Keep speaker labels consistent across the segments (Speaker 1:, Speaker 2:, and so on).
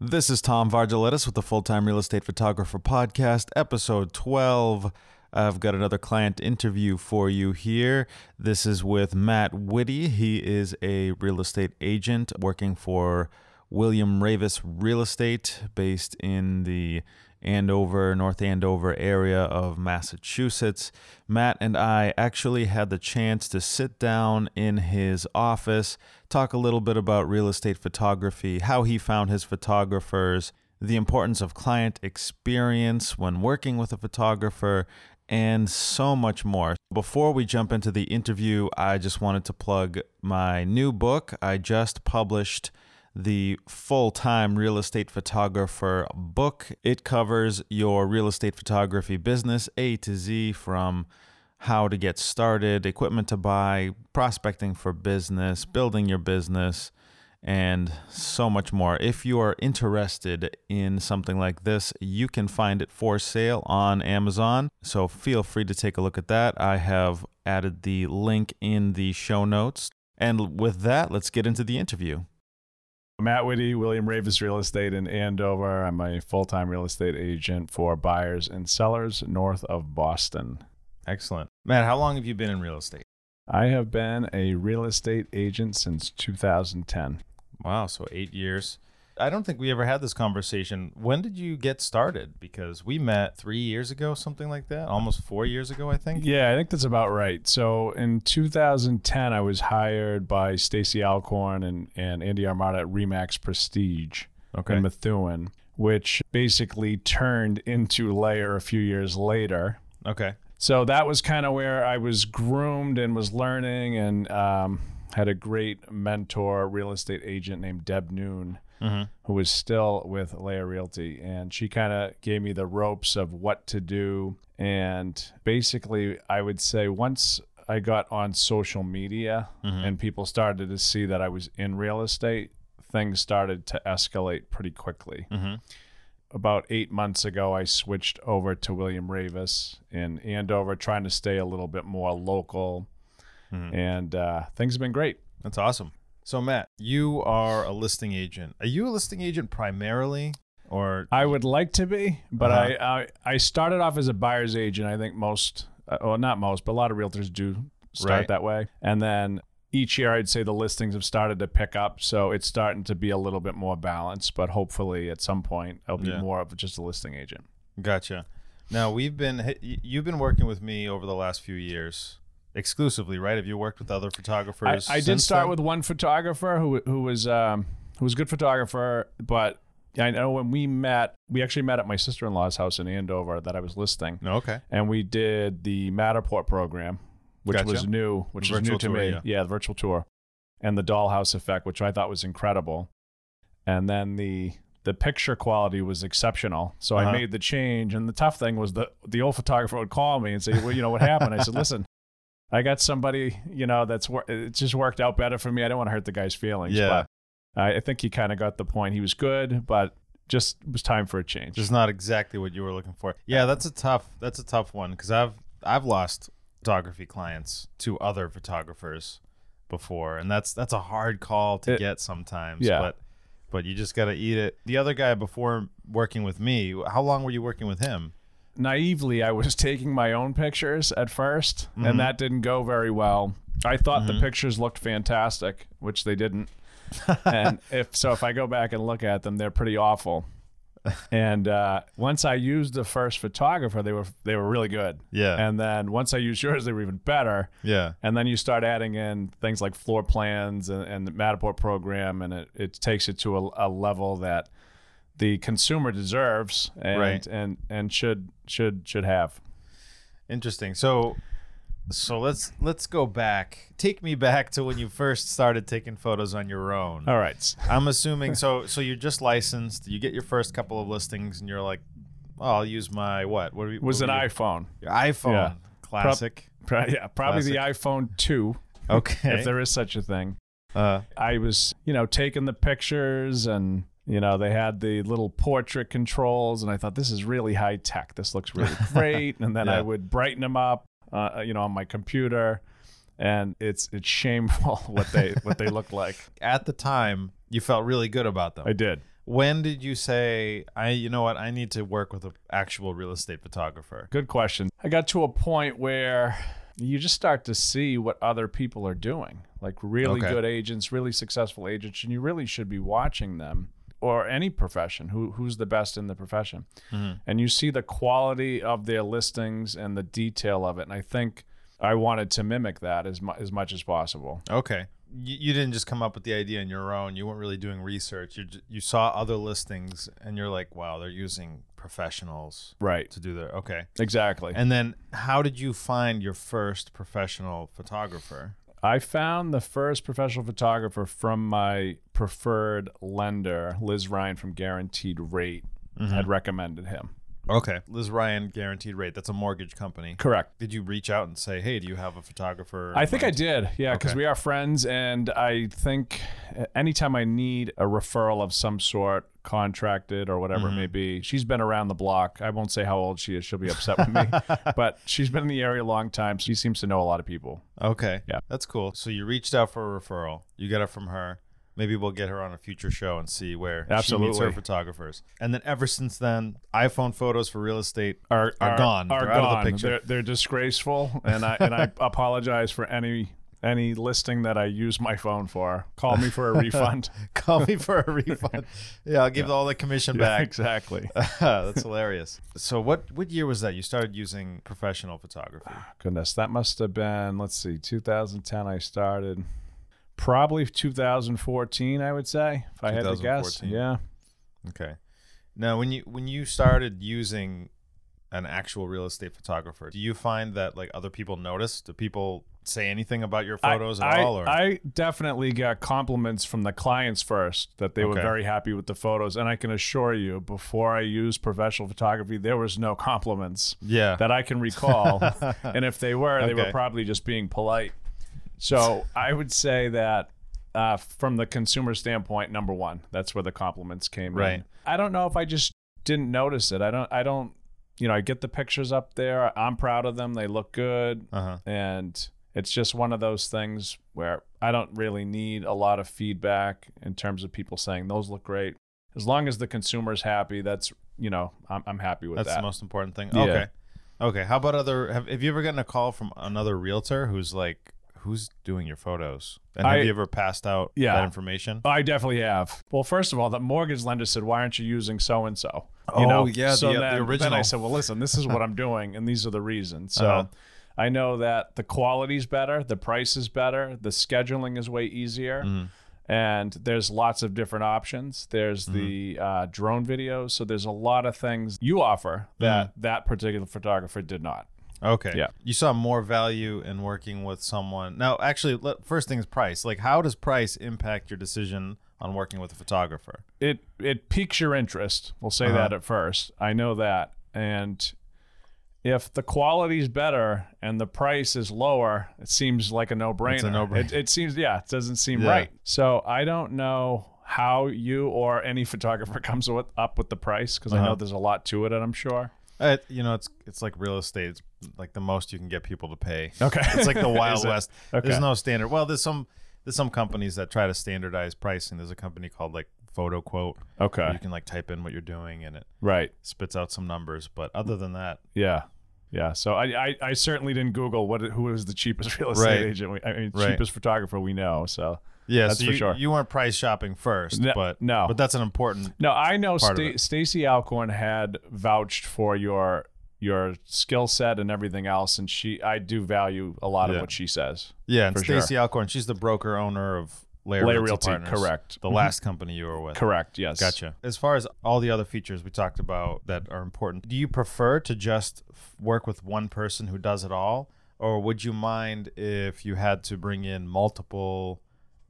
Speaker 1: This is Tom Vargeletis with the Full Time Real Estate Photographer Podcast, episode 12. I've got another client interview for you here. This is with Matt Whitty. He is a real estate agent working for William Ravis Real Estate based in the Andover, North Andover area of Massachusetts. Matt and I actually had the chance to sit down in his office, talk a little bit about real estate photography, how he found his photographers, the importance of client experience when working with a photographer, and so much more. Before we jump into the interview, I just wanted to plug my new book. I just published the full time real estate photographer book. It covers your real estate photography business A to Z from how to get started, equipment to buy, prospecting for business, building your business, and so much more. If you are interested in something like this, you can find it for sale on Amazon. So feel free to take a look at that. I have added the link in the show notes. And with that, let's get into the interview.
Speaker 2: Matt Whitty, William Ravis Real Estate in Andover. I'm a full time real estate agent for buyers and sellers north of Boston.
Speaker 3: Excellent. Matt, how long have you been in real estate?
Speaker 2: I have been a real estate agent since 2010.
Speaker 3: Wow, so eight years. I don't think we ever had this conversation. When did you get started? Because we met three years ago, something like that, almost four years ago, I think.
Speaker 2: Yeah, I think that's about right. So in 2010, I was hired by Stacy Alcorn and, and Andy Armada at Remax Prestige in Methuen, which basically turned into Layer a few years later.
Speaker 3: Okay.
Speaker 2: so that was kind of where I was groomed and was learning, and um, had a great mentor, real estate agent named Deb Noon, who was still with Leia Realty, and she kind of gave me the ropes of what to do. And basically, I would say once I got on social media and people started to see that I was in real estate, things started to escalate pretty quickly
Speaker 3: Mm-hmm.
Speaker 2: about eight months ago, I switched over to William Ravis in Andover, trying to stay a little bit more local.
Speaker 3: Hmm.
Speaker 2: And uh, things have been great.
Speaker 3: That's awesome. So, Matt, you are a listing agent. Are you a listing agent primarily? Or,
Speaker 2: I would like to be, but
Speaker 3: Uh-huh.
Speaker 2: I, I I started off as a buyer's agent. I think most, uh, well, not most, but a lot of realtors do start
Speaker 3: Right.
Speaker 2: that way. And then each year, I'd say the listings have started to pick up, so it's starting to be a little bit more balanced. But hopefully, at some point, I'll be
Speaker 3: Yeah.
Speaker 2: more of just a listing agent.
Speaker 3: gotcha. Now, we've been, h- y- you've been working with me over the last few years exclusively, right? Have you worked with other
Speaker 2: I,
Speaker 3: photographers?
Speaker 2: I did
Speaker 3: since
Speaker 2: start
Speaker 3: then?
Speaker 2: with one photographer who who was um, who was a good photographer, but I know when we met, we actually met at my sister in law's house in Andover that I was listing,
Speaker 3: No, okay.
Speaker 2: and we did the Matterport program, which
Speaker 3: Gotcha.
Speaker 2: was new, which
Speaker 3: The
Speaker 2: was new
Speaker 3: virtual
Speaker 2: to
Speaker 3: tour,
Speaker 2: me.
Speaker 3: yeah.
Speaker 2: the virtual tour, and the dollhouse effect, which I thought was incredible, and then the the picture quality was exceptional. So I
Speaker 3: Uh-huh.
Speaker 2: made the change, and the tough thing was the the old photographer would call me and say, "Well, you know what happened?" I said, "Listen." I got somebody, you know, that's wor- it just worked out better for me. I don't want to hurt the guy's feelings.
Speaker 3: Yeah.
Speaker 2: But I I think he kind of got the point. He was good, but just it was time for a change.
Speaker 3: just not exactly what you were looking for. Yeah, that's a tough that's a tough one because I've I've lost photography clients to other photographers before, and that's that's a hard call to
Speaker 2: It-
Speaker 3: get sometimes.
Speaker 2: yeah.
Speaker 3: but but you just got to eat it. The other guy before working with me, how long were you working with him?
Speaker 2: naively, I was taking my own pictures at 1st and that didn't go very well. I thought the pictures looked fantastic, which they didn't. and if so, if I go back and look at them, they're pretty awful. And uh, once I used the first photographer, they were they were really good.
Speaker 3: Yeah.
Speaker 2: And then once I used yours, they were even better.
Speaker 3: Yeah,
Speaker 2: And then you start adding in things like floor plans and, and the Matterport program, and it, it takes it to a, a level that the consumer deserves and
Speaker 3: Right.
Speaker 2: and and should should should have.
Speaker 3: interesting. So so let's let's go back. Take me back to when you first started taking photos on your own.
Speaker 2: All right.
Speaker 3: I'm assuming so. So you're just licensed. You get your first couple of listings, and you're like, oh, "I'll use my what? What do we,
Speaker 2: Was
Speaker 3: what
Speaker 2: an
Speaker 3: were you-
Speaker 2: iPhone.
Speaker 3: your iPhone
Speaker 2: Yeah.
Speaker 3: classic?
Speaker 2: Pro- yeah, probably the iPhone two,
Speaker 3: okay.
Speaker 2: if there is such a thing.
Speaker 3: uh,
Speaker 2: I was, you know, taking the pictures and you know, they had the little portrait controls and I thought this is really high tech. This looks really great and then
Speaker 3: Yeah.
Speaker 2: I would brighten them up uh, you know on my computer and it's it's shameful what they what they look like.
Speaker 3: at the time, you felt really good about them.
Speaker 2: I did.
Speaker 3: when did you say I? You know what? I need to work with an actual real estate photographer.
Speaker 2: Good question. I got to a point where you just start to see what other people are doing, like really
Speaker 3: Okay.
Speaker 2: good agents, really successful agents, and you really should be watching them or any profession who who's the best in the profession. And you see the quality of their listings and the detail of it. And I think I wanted to mimic that as mu- as much as possible.
Speaker 3: Okay. You, you didn't just come up with the idea on your own. You weren't really doing research. You ju- you saw other listings and you're like, wow, they're using professionals
Speaker 2: Right.
Speaker 3: to do their okay.
Speaker 2: Exactly.
Speaker 3: And then how did you find your first professional photographer?
Speaker 2: I found the first professional photographer from my preferred lender, Liz Ryan from Guaranteed Rate, had recommended him.
Speaker 3: Okay. Liz Ryan guaranteed rate. That's a mortgage company.
Speaker 2: Correct.
Speaker 3: Did you reach out and say, "Hey, do you have a photographer?"
Speaker 2: I think I did. Yeah, because
Speaker 3: Okay.
Speaker 2: we are friends. And I think uh, anytime I need a referral of some sort, contracted or whatever it may be, she's been around the block. I won't say how old she is. She'll be upset with me. But she's been in the area a long time. She seems to know a lot of people.
Speaker 3: Okay.
Speaker 2: Yeah.
Speaker 3: That's cool. So you reached out for a referral. You got it from her. Maybe we'll get her on a future show and see where she meets her
Speaker 2: Absolutely.
Speaker 3: photographers. And then ever since then, iPhone photos for real estate
Speaker 2: are,
Speaker 3: Are gone.
Speaker 2: Are
Speaker 3: They're
Speaker 2: gone.
Speaker 3: out of the picture.
Speaker 2: They're, they're disgraceful, and I and I apologize for any any listing that I use my phone for. Call me for a refund.
Speaker 3: call me for a refund. Yeah, I'll give all the commission back.
Speaker 2: exactly.
Speaker 3: That's hilarious. So what what year was that? You started using professional photography.
Speaker 2: Goodness, that must have been let's see, 2010. I started probably 2014. I would say if I had to guess.
Speaker 3: 2014.
Speaker 2: Yeah.
Speaker 3: Okay. Now, when you when you started using an actual real estate photographer, do you find that like other people notice? Do people say anything about your
Speaker 2: I-
Speaker 3: photos at
Speaker 2: I,
Speaker 3: all? Or
Speaker 2: I definitely got compliments from the clients first that they were
Speaker 3: Okay.
Speaker 2: very happy with the photos, and I can assure you, before I used professional photography, there was no compliments.
Speaker 3: yeah,
Speaker 2: that I can recall. and if they were, they
Speaker 3: Okay.
Speaker 2: were probably just being polite. So I would say that uh, from the consumer standpoint, number one, that's where the compliments came
Speaker 3: Right.
Speaker 2: in. I don't know if I just didn't notice it. I don't. I don't. You know, I get the pictures up there. I'm proud of them. They look good,
Speaker 3: uh-huh.
Speaker 2: and it's just one of those things where I don't really need a lot of feedback in terms of people saying those look great. As long as the consumer's happy, that's you know, I'm, I'm happy with
Speaker 3: That's
Speaker 2: that.
Speaker 3: the most important thing.
Speaker 2: Yeah.
Speaker 3: Okay. Okay. How about other? Have, have you ever gotten a call from another realtor who's like, "Who's doing your photos?" And have
Speaker 2: I-
Speaker 3: you ever passed out
Speaker 2: Yeah.
Speaker 3: that information?
Speaker 2: I definitely have. Well, first of all, the mortgage lender said, "Why aren't you using so and so?"
Speaker 3: Oh, yeah,
Speaker 2: So
Speaker 3: the- the
Speaker 2: then, Then I
Speaker 3: original.
Speaker 2: said, "Well, listen, this is what I'm doing, and these are the reasons." So
Speaker 3: Uh-huh.
Speaker 2: I know that the quality's better, the price is better, the scheduling is way easier,
Speaker 3: Mm-hmm.
Speaker 2: and there's lots of different options. There's the
Speaker 3: Mm-hmm.
Speaker 2: uh, drone videos, so there's a lot of things you offer that
Speaker 3: Mm-hmm.
Speaker 2: that particular photographer did not.
Speaker 3: Okay.
Speaker 2: Yeah.
Speaker 3: You saw more value in working with someone. Now, actually, let, first thing is price. Like, how does price impact your decision on working with a photographer?
Speaker 2: it it piques your interest. We'll
Speaker 3: Uh-huh.
Speaker 2: say that at first. I know that. And if the quality's better and the price is lower, it seems like a no-brainer.
Speaker 3: It's a no-brainer.
Speaker 2: It, it seems yeah, it doesn't seem
Speaker 3: Yeah.
Speaker 2: right. So I don't know how you or any photographer comes with, up with the price because
Speaker 3: Uh-huh.
Speaker 2: I know there's a lot to it, and I'm sure.
Speaker 3: Uh, you know, it's it's like real estate. It's like the most you can get people to pay.
Speaker 2: Okay.
Speaker 3: It's like the Wild
Speaker 2: Is it?
Speaker 3: West.
Speaker 2: Okay.
Speaker 3: There's no standard. Well, there's some there's some companies that try to standardize pricing. There's a company called like Photo Quote.
Speaker 2: Okay.
Speaker 3: You can like type in what you're doing and it
Speaker 2: Right.
Speaker 3: spits out some numbers. But other than that,
Speaker 2: Yeah. Yeah. So I, I, I certainly didn't Google what who is the cheapest real estate
Speaker 3: Right.
Speaker 2: agent. We, I mean,
Speaker 3: Right.
Speaker 2: cheapest photographer we know. So
Speaker 3: yeah,
Speaker 2: That's
Speaker 3: so
Speaker 2: for
Speaker 3: you,
Speaker 2: sure.
Speaker 3: you weren't price shopping first,
Speaker 2: No-
Speaker 3: but
Speaker 2: no.
Speaker 3: but that's an important.
Speaker 2: No, I know
Speaker 3: part of
Speaker 2: Sta-
Speaker 3: it.
Speaker 2: Stacy Alcorn had vouched for your your skill set and everything else, and she I do value a lot
Speaker 3: Yeah.
Speaker 2: of what she says.
Speaker 3: Yeah, and
Speaker 2: For sure.
Speaker 3: Stacy Alcorn, she's the broker owner of Layer,
Speaker 2: Lay
Speaker 3: Realty,
Speaker 2: Realty,
Speaker 3: Partners,
Speaker 2: correct, Mm-hmm.
Speaker 3: The last company you were with,
Speaker 2: correct, yes,
Speaker 3: Gotcha. As far as all the other features we talked about that are important, do you prefer to just f- work with one person who does it all, or would you mind if you had to bring in multiple,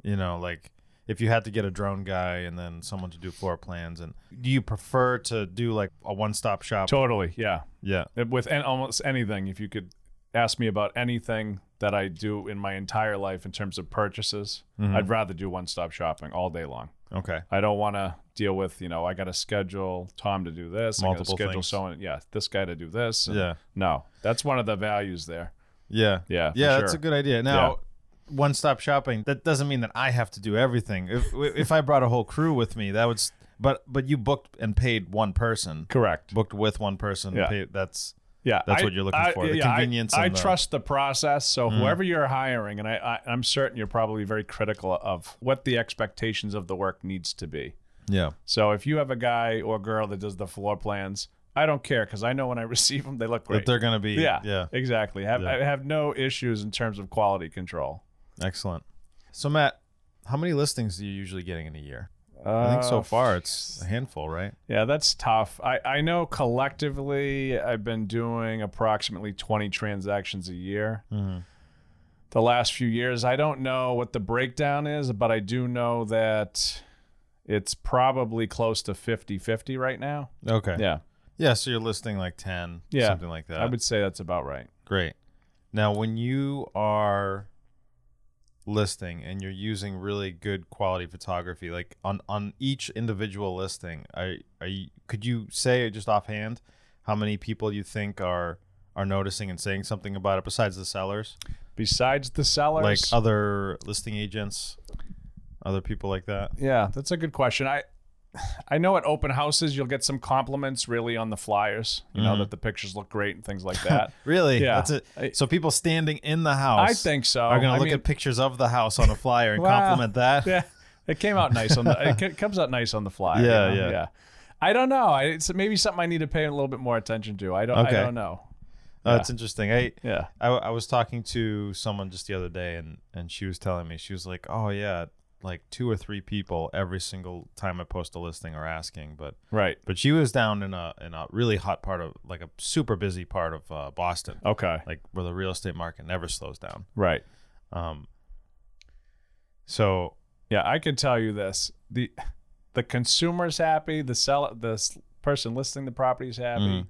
Speaker 3: you know, like if you had to get a drone guy and then someone to do floor plans? And do you prefer to do like a one-stop shop?
Speaker 2: totally, yeah.
Speaker 3: yeah.
Speaker 2: With an, almost anything, if you could ask me about anything that I do in my entire life in terms of purchases,
Speaker 3: Mm-hmm.
Speaker 2: I'd rather do one stop shopping all day long.
Speaker 3: Okay.
Speaker 2: I don't want to deal with you know I got to schedule Tom to do this,
Speaker 3: Multiple
Speaker 2: I gotta schedule
Speaker 3: things.
Speaker 2: someone, yeah, this guy to do this. and-
Speaker 3: Yeah.
Speaker 2: no, that's one of the values there.
Speaker 3: Yeah.
Speaker 2: Yeah, for
Speaker 3: Yeah, that's
Speaker 2: sure.
Speaker 3: a good idea. Now, one-stop shopping. That doesn't mean that I have to do everything. If if I brought a whole crew with me, that would s- But but you booked and paid one person.
Speaker 2: Correct.
Speaker 3: Booked with one person.
Speaker 2: Yeah.
Speaker 3: Paid, that's
Speaker 2: Yeah,
Speaker 3: That's what you're looking for, the
Speaker 2: I-
Speaker 3: convenience
Speaker 2: I,
Speaker 3: and the- Mm-hmm.
Speaker 2: trust the process. So whoever you're hiring, and I, I, I'm certain you're probably very critical of what the expectations of the work needs to be.
Speaker 3: yeah.
Speaker 2: So if you have a guy or girl that does the floor plans, I don't care because I know when I receive them, they look
Speaker 3: That
Speaker 2: great.
Speaker 3: they're gonna be
Speaker 2: yeah,
Speaker 3: yeah.
Speaker 2: exactly. Have,
Speaker 3: Yeah.
Speaker 2: I have no issues in terms of quality control.
Speaker 3: Excellent. So Matt, how many listings are you usually getting in a year? I think so
Speaker 2: Uh,
Speaker 3: far it's a handful, right?
Speaker 2: Yeah, that's tough. I, I know collectively I've been doing approximately 20 transactions a year.
Speaker 3: Mhm.
Speaker 2: The last few years, I don't know what the breakdown is, but I do know that it's probably close to 50 50 right now.
Speaker 3: Okay.
Speaker 2: Yeah,
Speaker 3: Yeah, so you're listing like 10,
Speaker 2: Yeah.
Speaker 3: something like that.
Speaker 2: I would say that's about right.
Speaker 3: Great. Now, when you are listing and you're using really good quality photography, like on on each individual listing, are, are you, could you say just offhand how many people you think are are noticing and saying something about it besides the sellers,
Speaker 2: Besides the sellers,
Speaker 3: like uh, other listing agents, other people like that?
Speaker 2: Yeah, that's a good question. I I know at open houses you'll get some compliments really on the flyers, you
Speaker 3: Mm-hmm.
Speaker 2: know, that the pictures look great and things like that.
Speaker 3: Really?
Speaker 2: Yeah.
Speaker 3: That's it.
Speaker 2: I-
Speaker 3: so people standing in the house
Speaker 2: I think so.
Speaker 3: Oh, are going
Speaker 2: I
Speaker 3: to look
Speaker 2: mean,
Speaker 3: at pictures of the house on a flyer and
Speaker 2: Wow.
Speaker 3: compliment that.
Speaker 2: yeah, it came out nice on the. It c- comes out nice on the fly.
Speaker 3: Yeah,
Speaker 2: you know?
Speaker 3: yeah.
Speaker 2: I don't know. I, it's maybe something I need to pay a little bit more attention to. I don't.
Speaker 3: Okay.
Speaker 2: I don't know.
Speaker 3: Oh, That's interesting. I,
Speaker 2: Yeah.
Speaker 3: I, I was talking to someone just the other day and and she was telling me she was like oh yeah like two or three people every single time i post a listing are asking but
Speaker 2: Right.
Speaker 3: but she was down in a in a really hot part of like a super busy part of uh, boston
Speaker 2: Okay.
Speaker 3: like where the real estate market never slows down
Speaker 2: Right.
Speaker 3: um so
Speaker 2: Yeah, I can tell you this: the the consumer's happy, the sell the s- person listing the property's happy,
Speaker 3: Mm.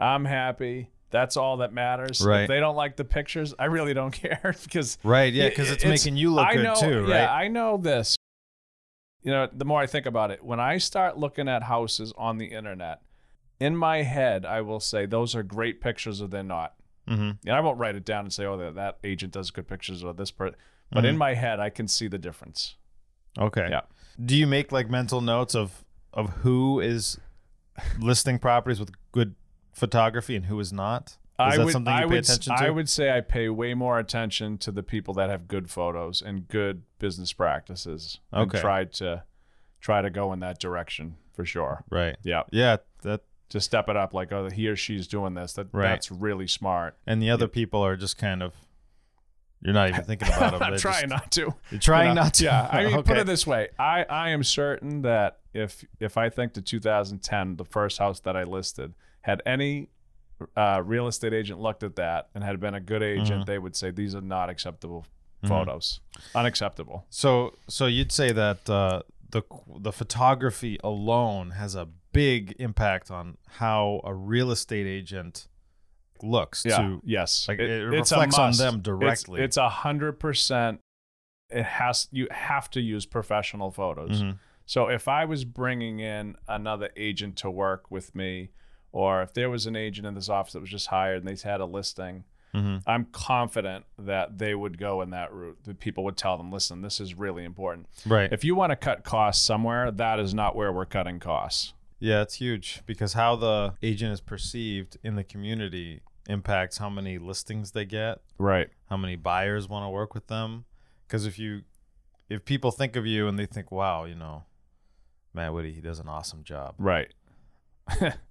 Speaker 2: I'm happy. That's all that matters.
Speaker 3: Right.
Speaker 2: If they don't like the pictures, I really don't care because
Speaker 3: right yeah because it's, making you look
Speaker 2: I
Speaker 3: good
Speaker 2: know,
Speaker 3: too right
Speaker 2: Yeah, I know this. You know, the more I think about it, when I start looking at houses on the internet, in my head, I will say those are great pictures, or they're not.
Speaker 3: mm-hmm.
Speaker 2: And I won't write it down and say, "Oh, that, that agent does good pictures," or this person. But
Speaker 3: Mm-hmm.
Speaker 2: in my head, I can see the difference.
Speaker 3: Okay.
Speaker 2: Yeah.
Speaker 3: Do you make like mental notes of of who is listing properties with good photography and who is not? Is
Speaker 2: I
Speaker 3: that
Speaker 2: would,
Speaker 3: something you
Speaker 2: I
Speaker 3: pay
Speaker 2: would,
Speaker 3: attention to?
Speaker 2: I would say I pay way more attention to the people that have good photos and good business practices. and
Speaker 3: Okay.
Speaker 2: try to try to go in that direction for sure.
Speaker 3: right.
Speaker 2: Yeah,
Speaker 3: Yeah. That
Speaker 2: to step it up. Like, oh, he or she's doing this. That
Speaker 3: Right.
Speaker 2: that's really smart.
Speaker 3: and the other people are just kind of you're not even thinking about them.
Speaker 2: I'm
Speaker 3: They're
Speaker 2: trying
Speaker 3: just-
Speaker 2: not to.
Speaker 3: You're trying
Speaker 2: You know?
Speaker 3: not to.
Speaker 2: Yeah, I mean, put
Speaker 3: Okay.
Speaker 2: it this way: I I am certain that if if I think the 2010, the first house that I listed, had any uh, real estate agent looked at that and had been a good agent,
Speaker 3: Mm-hmm.
Speaker 2: they would say these are not acceptable photos, unacceptable.
Speaker 3: So so you'd say that uh, the qu- the photography alone has a big impact on how a real estate agent looks
Speaker 2: Yeah.
Speaker 3: to
Speaker 2: yes.
Speaker 3: like, it
Speaker 2: it's a
Speaker 3: reflects on
Speaker 2: must.
Speaker 3: them
Speaker 2: It's-
Speaker 3: directly.
Speaker 2: It's a hundred percent. It has you have to use professional photos.
Speaker 3: Mhm.
Speaker 2: So if I was bringing in another agent to work with me, or if there was an agent in this office that was just hired and they had a listing,
Speaker 3: Mhm.
Speaker 2: I'm confident that they would go in that route. That people would tell them, "Listen, this is really important.
Speaker 3: right.
Speaker 2: If you want to cut costs somewhere, that is not where we're cutting costs."
Speaker 3: Yeah, it's huge because how the agent is perceived in the community impacts how many listings they get,
Speaker 2: Right.
Speaker 3: how many buyers want to work with them. Because if you, if people think of you and they think, wow, you know, Matt Whitty, he does an awesome job.
Speaker 2: Right.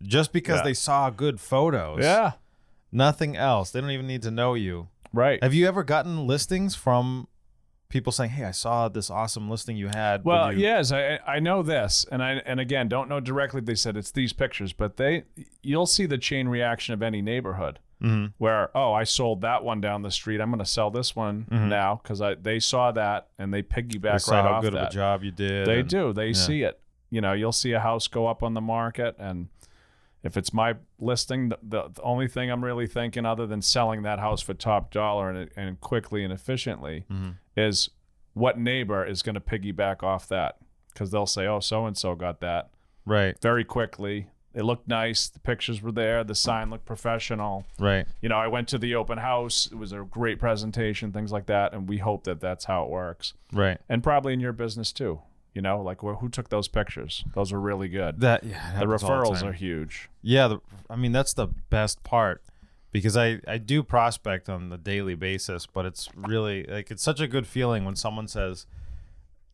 Speaker 3: Just because
Speaker 2: Yeah.
Speaker 3: they saw good photos,
Speaker 2: Yeah.
Speaker 3: nothing else. They don't even need to know you.
Speaker 2: Right.
Speaker 3: Have you ever gotten listings from people saying, hey, I saw this awesome listing you had? Would
Speaker 2: Well,
Speaker 3: you-
Speaker 2: yes, I I know this, and I and again don't know directly. They said it's these pictures, but they you'll see the chain reaction of any neighborhood
Speaker 3: Mhm.
Speaker 2: where oh I sold that one down the street, I'm going to sell this one now because I they saw that and they
Speaker 3: Mm-hmm. They
Speaker 2: piggyback
Speaker 3: saw
Speaker 2: right
Speaker 3: how
Speaker 2: off
Speaker 3: good
Speaker 2: that.
Speaker 3: of a job you did.
Speaker 2: They
Speaker 3: and-
Speaker 2: do. They see it. You know, you'll see a house go up on the market, and if it's my listing, the, the, the only thing I'm really thinking, other than selling that house for top dollar and, and quickly and efficiently,
Speaker 3: Mhm.
Speaker 2: is what neighbor is going to piggyback off that because they'll say, "Oh, so and so got that
Speaker 3: Right,
Speaker 2: very quickly." It looked nice. The pictures were there. The sign looked professional.
Speaker 3: right.
Speaker 2: You know, I went to the open house. It was a great presentation, things like that. And we hope that that's how it works.
Speaker 3: Right.
Speaker 2: And probably in your business too. You know, like wh- who took those pictures? Those are really good.
Speaker 3: That yeah, it
Speaker 2: the
Speaker 3: happens all the
Speaker 2: referrals
Speaker 3: time.
Speaker 2: are huge.
Speaker 3: Yeah, the, I mean that's the best part because I I do prospect on the daily basis, but it's really like it's such a good feeling when someone says,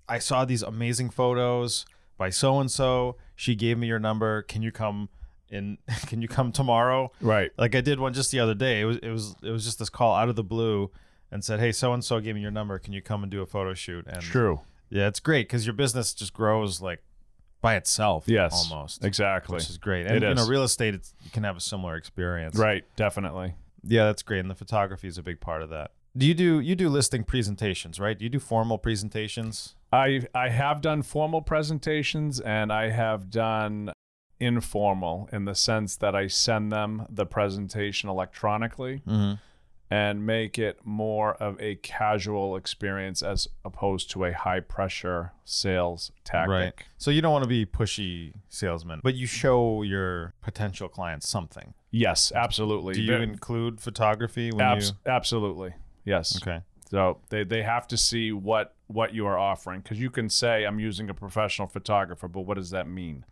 Speaker 3: "I saw these amazing photos by so and so. She gave me your number. Can you come in? Can you come tomorrow?"
Speaker 2: Right.
Speaker 3: Like I did one just the other day. It was it was it was just this call out of the blue and said, "Hey, so and so gave me your number. Can you come and do a photo shoot?" And
Speaker 2: True.
Speaker 3: yeah, it's great because your business just grows like by itself.
Speaker 2: Yes.
Speaker 3: almost
Speaker 2: Exactly.
Speaker 3: which is great.
Speaker 2: It
Speaker 3: And you know,
Speaker 2: is.
Speaker 3: real estate it's, you can have a similar experience.
Speaker 2: Right. Definitely.
Speaker 3: Yeah, that's great. And the photography is a big part of that. Do you do you do listing presentations, right? Do you do formal presentations?
Speaker 2: I I have done formal presentations and I have done informal in the sense that I send them the presentation electronically
Speaker 3: Mm-hmm.
Speaker 2: and make it more of a casual experience as opposed to a high pressure sales tactic.
Speaker 3: Right. So you don't want to be pushy salesman, but you show your potential clients something.
Speaker 2: Yes, absolutely.
Speaker 3: Do you
Speaker 2: Ve-
Speaker 3: include photography when
Speaker 2: abs- absolutely. Yes.
Speaker 3: you? Okay.
Speaker 2: So they, they have to see what what you are offering because you can say I'm using a professional photographer, but what does that mean?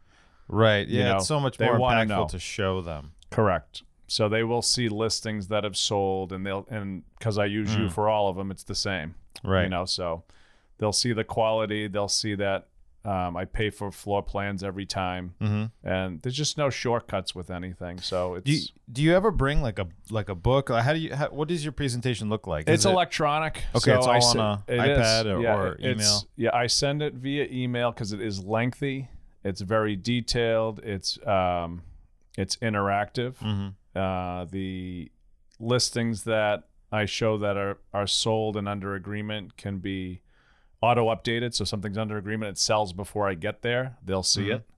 Speaker 3: Right.
Speaker 2: You
Speaker 3: Yeah,
Speaker 2: know,
Speaker 3: it's so much
Speaker 2: they
Speaker 3: more
Speaker 2: wanna
Speaker 3: impactful
Speaker 2: know.
Speaker 3: to show them.
Speaker 2: Correct. So they will see listings that have sold, and they'll and because I use you for all of them, it's the same.
Speaker 3: Mm. Right.
Speaker 2: You know, so they'll see the quality. They'll see that um, I pay for floor plans every time,
Speaker 3: Mm-hmm.
Speaker 2: and there's just no shortcuts with anything. So it's
Speaker 3: Do you, do you ever bring like a like a book? How do you how, what does your presentation look like?
Speaker 2: it's
Speaker 3: Is it-
Speaker 2: electronic.
Speaker 3: Okay,
Speaker 2: so
Speaker 3: it's
Speaker 2: I
Speaker 3: all
Speaker 2: se-
Speaker 3: on a
Speaker 2: it
Speaker 3: iPad or-
Speaker 2: yeah,
Speaker 3: or
Speaker 2: it- it's-
Speaker 3: email?
Speaker 2: Yeah, I send it via email because it is lengthy. It's very detailed. It's um, it's interactive.
Speaker 3: Mhm.
Speaker 2: Uh, the listings that I show that are are sold and under agreement can be auto updated. So something's under agreement, it sells before I get there. They'll see
Speaker 3: Mhm.
Speaker 2: it.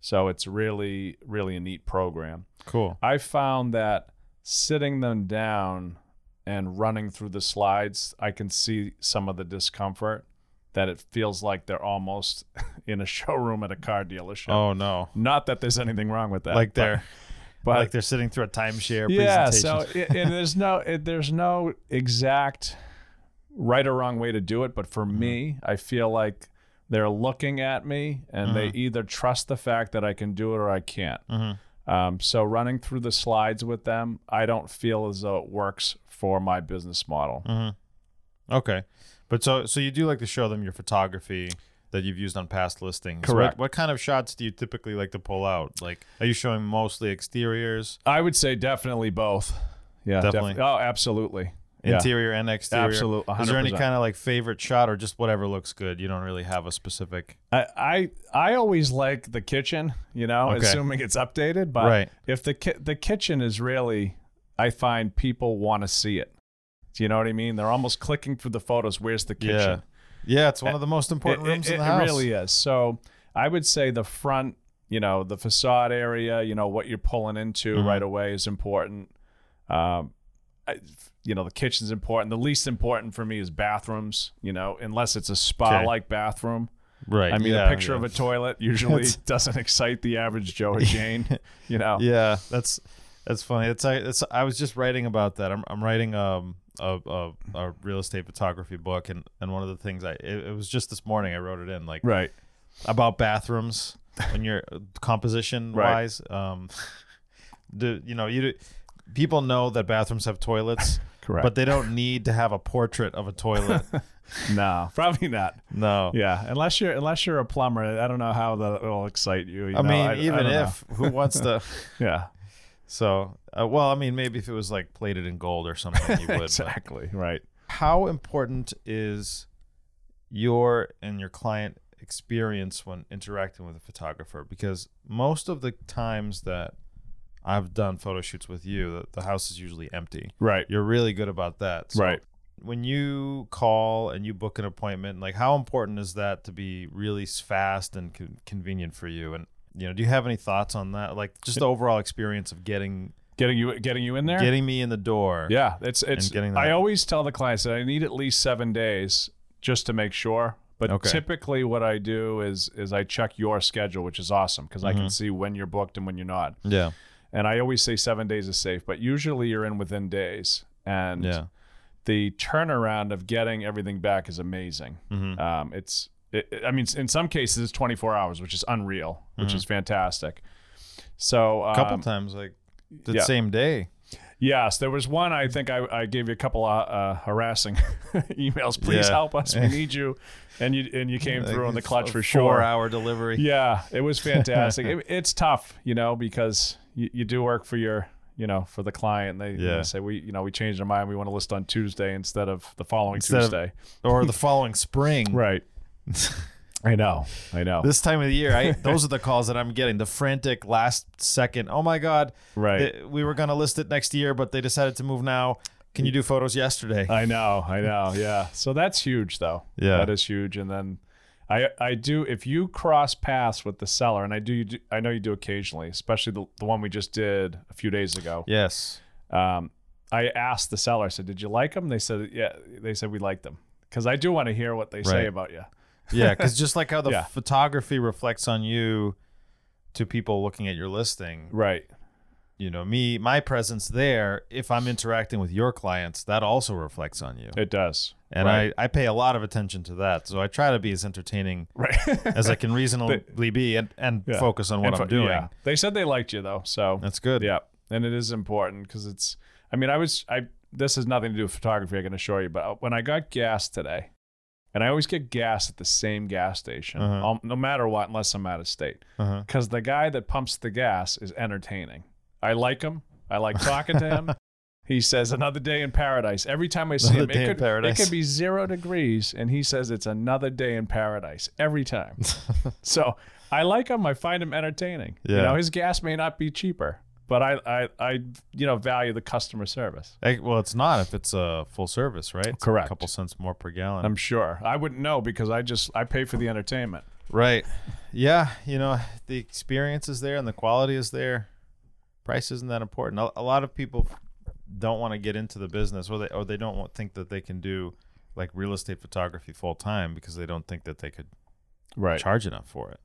Speaker 2: So it's really really a neat program.
Speaker 3: cool.
Speaker 2: I found that sitting them down and running through the slides, I can see some of the discomfort that it feels like they're almost in a showroom at a car dealership.
Speaker 3: Oh no.
Speaker 2: Not that there's anything wrong with that.
Speaker 3: Like
Speaker 2: but-
Speaker 3: they're
Speaker 2: but
Speaker 3: like they're sitting through a timeshare
Speaker 2: yeah.
Speaker 3: presentation.
Speaker 2: So it, and there's no it, there's no exact right or wrong way to do it, but for
Speaker 3: Mm-hmm.
Speaker 2: me, I feel like they're looking at me and
Speaker 3: Mm-hmm.
Speaker 2: they either trust the fact that I can do it or I can't.
Speaker 3: Mhm.
Speaker 2: Um, so running through the slides with them, I don't feel as though it works for my business model.
Speaker 3: Okay, but so so you do like to show them your photography that you've used on past listings.
Speaker 2: Correct.
Speaker 3: What, what kind of shots do you typically like to pull out? Like, are you showing mostly exteriors,
Speaker 2: I would say definitely both. Yeah,
Speaker 3: Definitely.
Speaker 2: defi- oh, absolutely. Yeah.
Speaker 3: interior and exterior?
Speaker 2: Absolute-
Speaker 3: Is there any
Speaker 2: 100%.
Speaker 3: kind of like favorite shot or just whatever looks good? You don't really have a specific.
Speaker 2: I, I I always like the kitchen, you know,
Speaker 3: Okay.
Speaker 2: assuming it's updated. But
Speaker 3: Right.
Speaker 2: if the ki- the kitchen is really, I find people want to see it. Do you know what I mean? They're almost clicking through the photos. Where's the kitchen?
Speaker 3: Yeah. Yeah, it's one of the most important
Speaker 2: It-
Speaker 3: rooms
Speaker 2: it,
Speaker 3: in the
Speaker 2: it
Speaker 3: house.
Speaker 2: really is. So I would say the front, you know, the facade area, you know, what you're pulling into
Speaker 3: Mhm.
Speaker 2: right away is important. Um, I, you know, the kitchen's important. The least important for me is bathrooms. You know, unless it's a
Speaker 3: Okay.
Speaker 2: spa-like bathroom.
Speaker 3: Right.
Speaker 2: I mean,
Speaker 3: yeah,
Speaker 2: a picture of
Speaker 3: yeah.
Speaker 2: a toilet usually
Speaker 3: That's-
Speaker 2: doesn't excite the average Joe or Jane. You know,
Speaker 3: Yeah, that's that's funny. It's I it's I was just writing about that. I'm I'm writing um a a, a real estate photography book and and one of the things I it, it was just this morning I wrote it in like
Speaker 2: right?
Speaker 3: about bathrooms when you're composition wise um do you know you do, people know that bathrooms have toilets
Speaker 2: Correct.
Speaker 3: but they don't need to have a portrait of a toilet
Speaker 2: no, probably not.
Speaker 3: no
Speaker 2: Yeah, unless you're unless you're a plumber, I don't know how that will excite you. you
Speaker 3: i
Speaker 2: know?
Speaker 3: mean
Speaker 2: I
Speaker 3: even
Speaker 2: don't know.
Speaker 3: if who wants to
Speaker 2: yeah,
Speaker 3: so uh, well i mean maybe if it was like plated in gold or something you would but-
Speaker 2: exactly right.
Speaker 3: how important is your and your client experience when interacting with a photographer because most of the times that i've done photo shoots with you the, the house is usually empty
Speaker 2: Right.
Speaker 3: you're really good about that So
Speaker 2: right.
Speaker 3: when you call and you book an appointment like how important is that to be really s- fast and con- convenient for you and you know do you have any thoughts on that like just the overall experience of getting
Speaker 2: Getting you getting you in there.
Speaker 3: getting me in the door
Speaker 2: yeah, it's it's.
Speaker 3: getting that-
Speaker 2: I always tell the clients that I need at least seven days just to make sure. But
Speaker 3: Okay.
Speaker 2: typically, what I do is is I check your schedule, which is awesome because I
Speaker 3: Mm-hmm.
Speaker 2: can see when you're booked and when you're not.
Speaker 3: yeah
Speaker 2: And I always say seven days is safe, but usually you're in within days. And
Speaker 3: yeah
Speaker 2: Um, the turnaround of getting everything back is amazing.
Speaker 3: Mhm.
Speaker 2: Um, it's it, it- I mean, in some cases, it's 24 hours, which is unreal, which is fantastic. So, um,
Speaker 3: A Mm-hmm. couple times, like the
Speaker 2: yeah.
Speaker 3: same day.
Speaker 2: yes, there was one. I think I, I gave you a couple uh, uh, harassing emails. Please
Speaker 3: Yeah.
Speaker 2: help us. We need you, and you and you came through on the clutch
Speaker 3: Four
Speaker 2: for sure.
Speaker 3: hour delivery.
Speaker 2: Yeah, it was fantastic. it, it's tough, you know, because you, you do work for your, you know, for the client. They,
Speaker 3: Yeah.
Speaker 2: they say we, you know, we changed our mind. We want to list on Tuesday instead of the following
Speaker 3: Instead of-
Speaker 2: Tuesday.
Speaker 3: Or the following spring.
Speaker 2: right. I know. I know.
Speaker 3: This time of the year, I those are the calls that I'm getting. The frantic last second. Oh my god.
Speaker 2: Right.
Speaker 3: They- we were gonna list it next year, but they decided to move now. Can you do photos yesterday?
Speaker 2: I know. I know. Yeah. So that's huge, though.
Speaker 3: Yeah.
Speaker 2: That is huge. And then. I, I do if you cross paths with the seller and I do, you do I know you do occasionally especially the, the one we just did a few days ago
Speaker 3: yes.
Speaker 2: um, I asked the seller, I said, "Did you like them?" They said, "Yeah." They said, "We liked them," because I do want to hear what they say
Speaker 3: Right.
Speaker 2: about you.
Speaker 3: Yeah, because just like how the
Speaker 2: Yeah.
Speaker 3: photography reflects on you to people looking at your listing,
Speaker 2: Right.
Speaker 3: you know, me, my presence there, if I'm interacting with your clients, that also reflects on you.
Speaker 2: It does.
Speaker 3: And
Speaker 2: right.
Speaker 3: I, I pay a lot of attention to that. So I try to be as entertaining
Speaker 2: right.
Speaker 3: as I can reasonably be and, and
Speaker 2: Yeah.
Speaker 3: focus on what
Speaker 2: And
Speaker 3: I'm
Speaker 2: fu-
Speaker 3: doing.
Speaker 2: yeah. They said they liked you though, so
Speaker 3: That's good.
Speaker 2: yeah, and it is important because it's. I mean, I was I. This has nothing to do with photography. I can assure you, but uh, when I got gas today, and I always get gas at the same gas station,
Speaker 3: Uh-huh.
Speaker 2: um, no matter what, unless I'm out of state.
Speaker 3: Uh-huh.
Speaker 2: because the guy that pumps the gas is entertaining. I like him. I like talking to him. He says another day in paradise. Every time I see
Speaker 3: Another
Speaker 2: him,
Speaker 3: day
Speaker 2: it
Speaker 3: in
Speaker 2: could,
Speaker 3: paradise.
Speaker 2: it could be zero degrees, and he says it's another day in paradise every time. so I like him. I find him entertaining. You
Speaker 3: Yeah.
Speaker 2: know, his gas may not be cheaper, but I, I, I you know, value the customer service.
Speaker 3: Like, well, it's not if it's a full service, right? It's
Speaker 2: Correct. Um,
Speaker 3: A couple cents more per gallon.
Speaker 2: I'm sure. I wouldn't know because I just I pay for the entertainment.
Speaker 3: right. Yeah. You know, the experience is there and the quality is there. Price isn't that important. A, a lot of people don't want to get into the business or they, or they don't want, think that they can do like real estate photography full time because they don't think that they could
Speaker 2: Right.
Speaker 3: charge enough for it.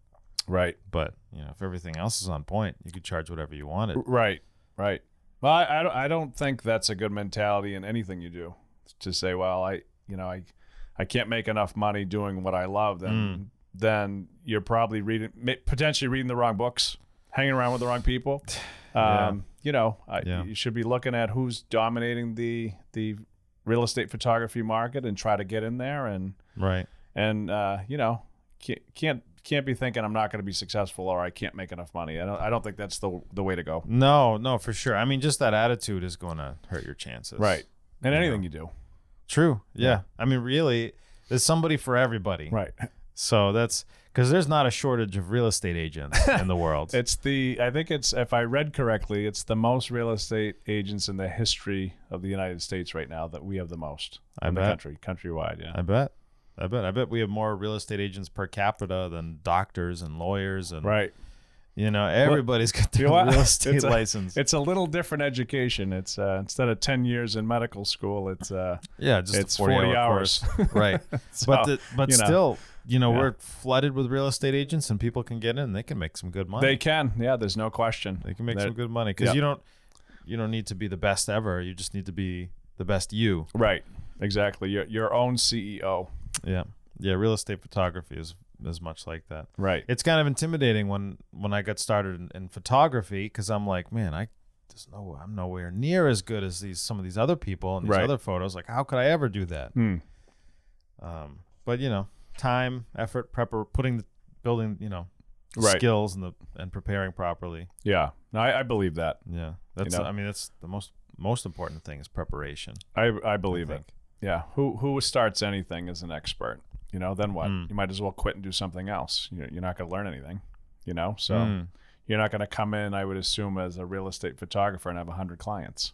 Speaker 2: Right.
Speaker 3: But, you know, if everything else is on point, you could charge whatever you wanted.
Speaker 2: Right, right. Well, I, I, don't, I don't think that's a good mentality in anything you do to say, well, I, you know, I, I can't make enough money doing what I love. Then,
Speaker 3: Hmm.
Speaker 2: then you're probably reading, ma- potentially reading the wrong books, hanging around with the wrong people. Um,
Speaker 3: Yeah.
Speaker 2: You know, I,
Speaker 3: Yeah.
Speaker 2: you should be looking at who's dominating the the real estate photography market and try to get in there and
Speaker 3: Right.
Speaker 2: and uh, you know can't can't can't be thinking I'm not going to be successful or I can't make enough money. I don't I don't think that's the the way to go.
Speaker 3: No, no, for sure. I mean, just that attitude is going to hurt your chances.
Speaker 2: Right. And anything you do.
Speaker 3: True. Yeah. I mean, really, there's somebody for everybody.
Speaker 2: Right.
Speaker 3: So that's because there's not a shortage of real estate agents in the world.
Speaker 2: It's the I think it's if I read correctly, it's the most real estate agents in the history of the United States right now that we have the most
Speaker 3: I
Speaker 2: in the
Speaker 3: bet.
Speaker 2: country, countrywide, yeah.
Speaker 3: I bet. I bet. I bet we have more real estate agents per capita than doctors and lawyers and
Speaker 2: Right.
Speaker 3: you know everybody's got their
Speaker 2: You know what?
Speaker 3: real estate
Speaker 2: It's a-
Speaker 3: license.
Speaker 2: It's a little different education. It's uh, instead of 10 years in medical school, it's uh
Speaker 3: yeah, just a
Speaker 2: it's 40,
Speaker 3: 40-hour course.
Speaker 2: hours.
Speaker 3: right.
Speaker 2: So,
Speaker 3: but the, but
Speaker 2: you know.
Speaker 3: still, you know,
Speaker 2: Yeah.
Speaker 3: we're flooded with real estate agents, and people can get in. They can make some good money.
Speaker 2: they can. Yeah, there's no question.
Speaker 3: They can make
Speaker 2: They're-
Speaker 3: some good money because
Speaker 2: yeah.
Speaker 3: you don't you don't need to be the best ever. You just need to be the best you.
Speaker 2: Right. Exactly. Your your own E CEO.
Speaker 3: Yeah, yeah. Real estate photography is is much like that.
Speaker 2: Right.
Speaker 3: It's kind of intimidating when when I got started in, in photography because I'm like, man, I there's no I'm nowhere near as good as these some of these other people and these
Speaker 2: Right.
Speaker 3: other photos. Like, how could I ever do that?
Speaker 2: Hmm.
Speaker 3: Um, but you know, time, effort, prepper, putting the building, you know,
Speaker 2: Right.
Speaker 3: skills and the and preparing properly.
Speaker 2: Yeah. No, I, I believe that.
Speaker 3: Yeah, that's
Speaker 2: know.
Speaker 3: I mean that's the most most important thing is preparation.
Speaker 2: I I believe
Speaker 3: I
Speaker 2: it. Yeah. Who who starts anything as an expert? You know, then what?
Speaker 3: Hmm.
Speaker 2: You might as well quit and do something else. You're, you're not going to learn anything. You know, so
Speaker 3: Hmm.
Speaker 2: you're not going to come in. I would assume as a real estate photographer and have hundred clients.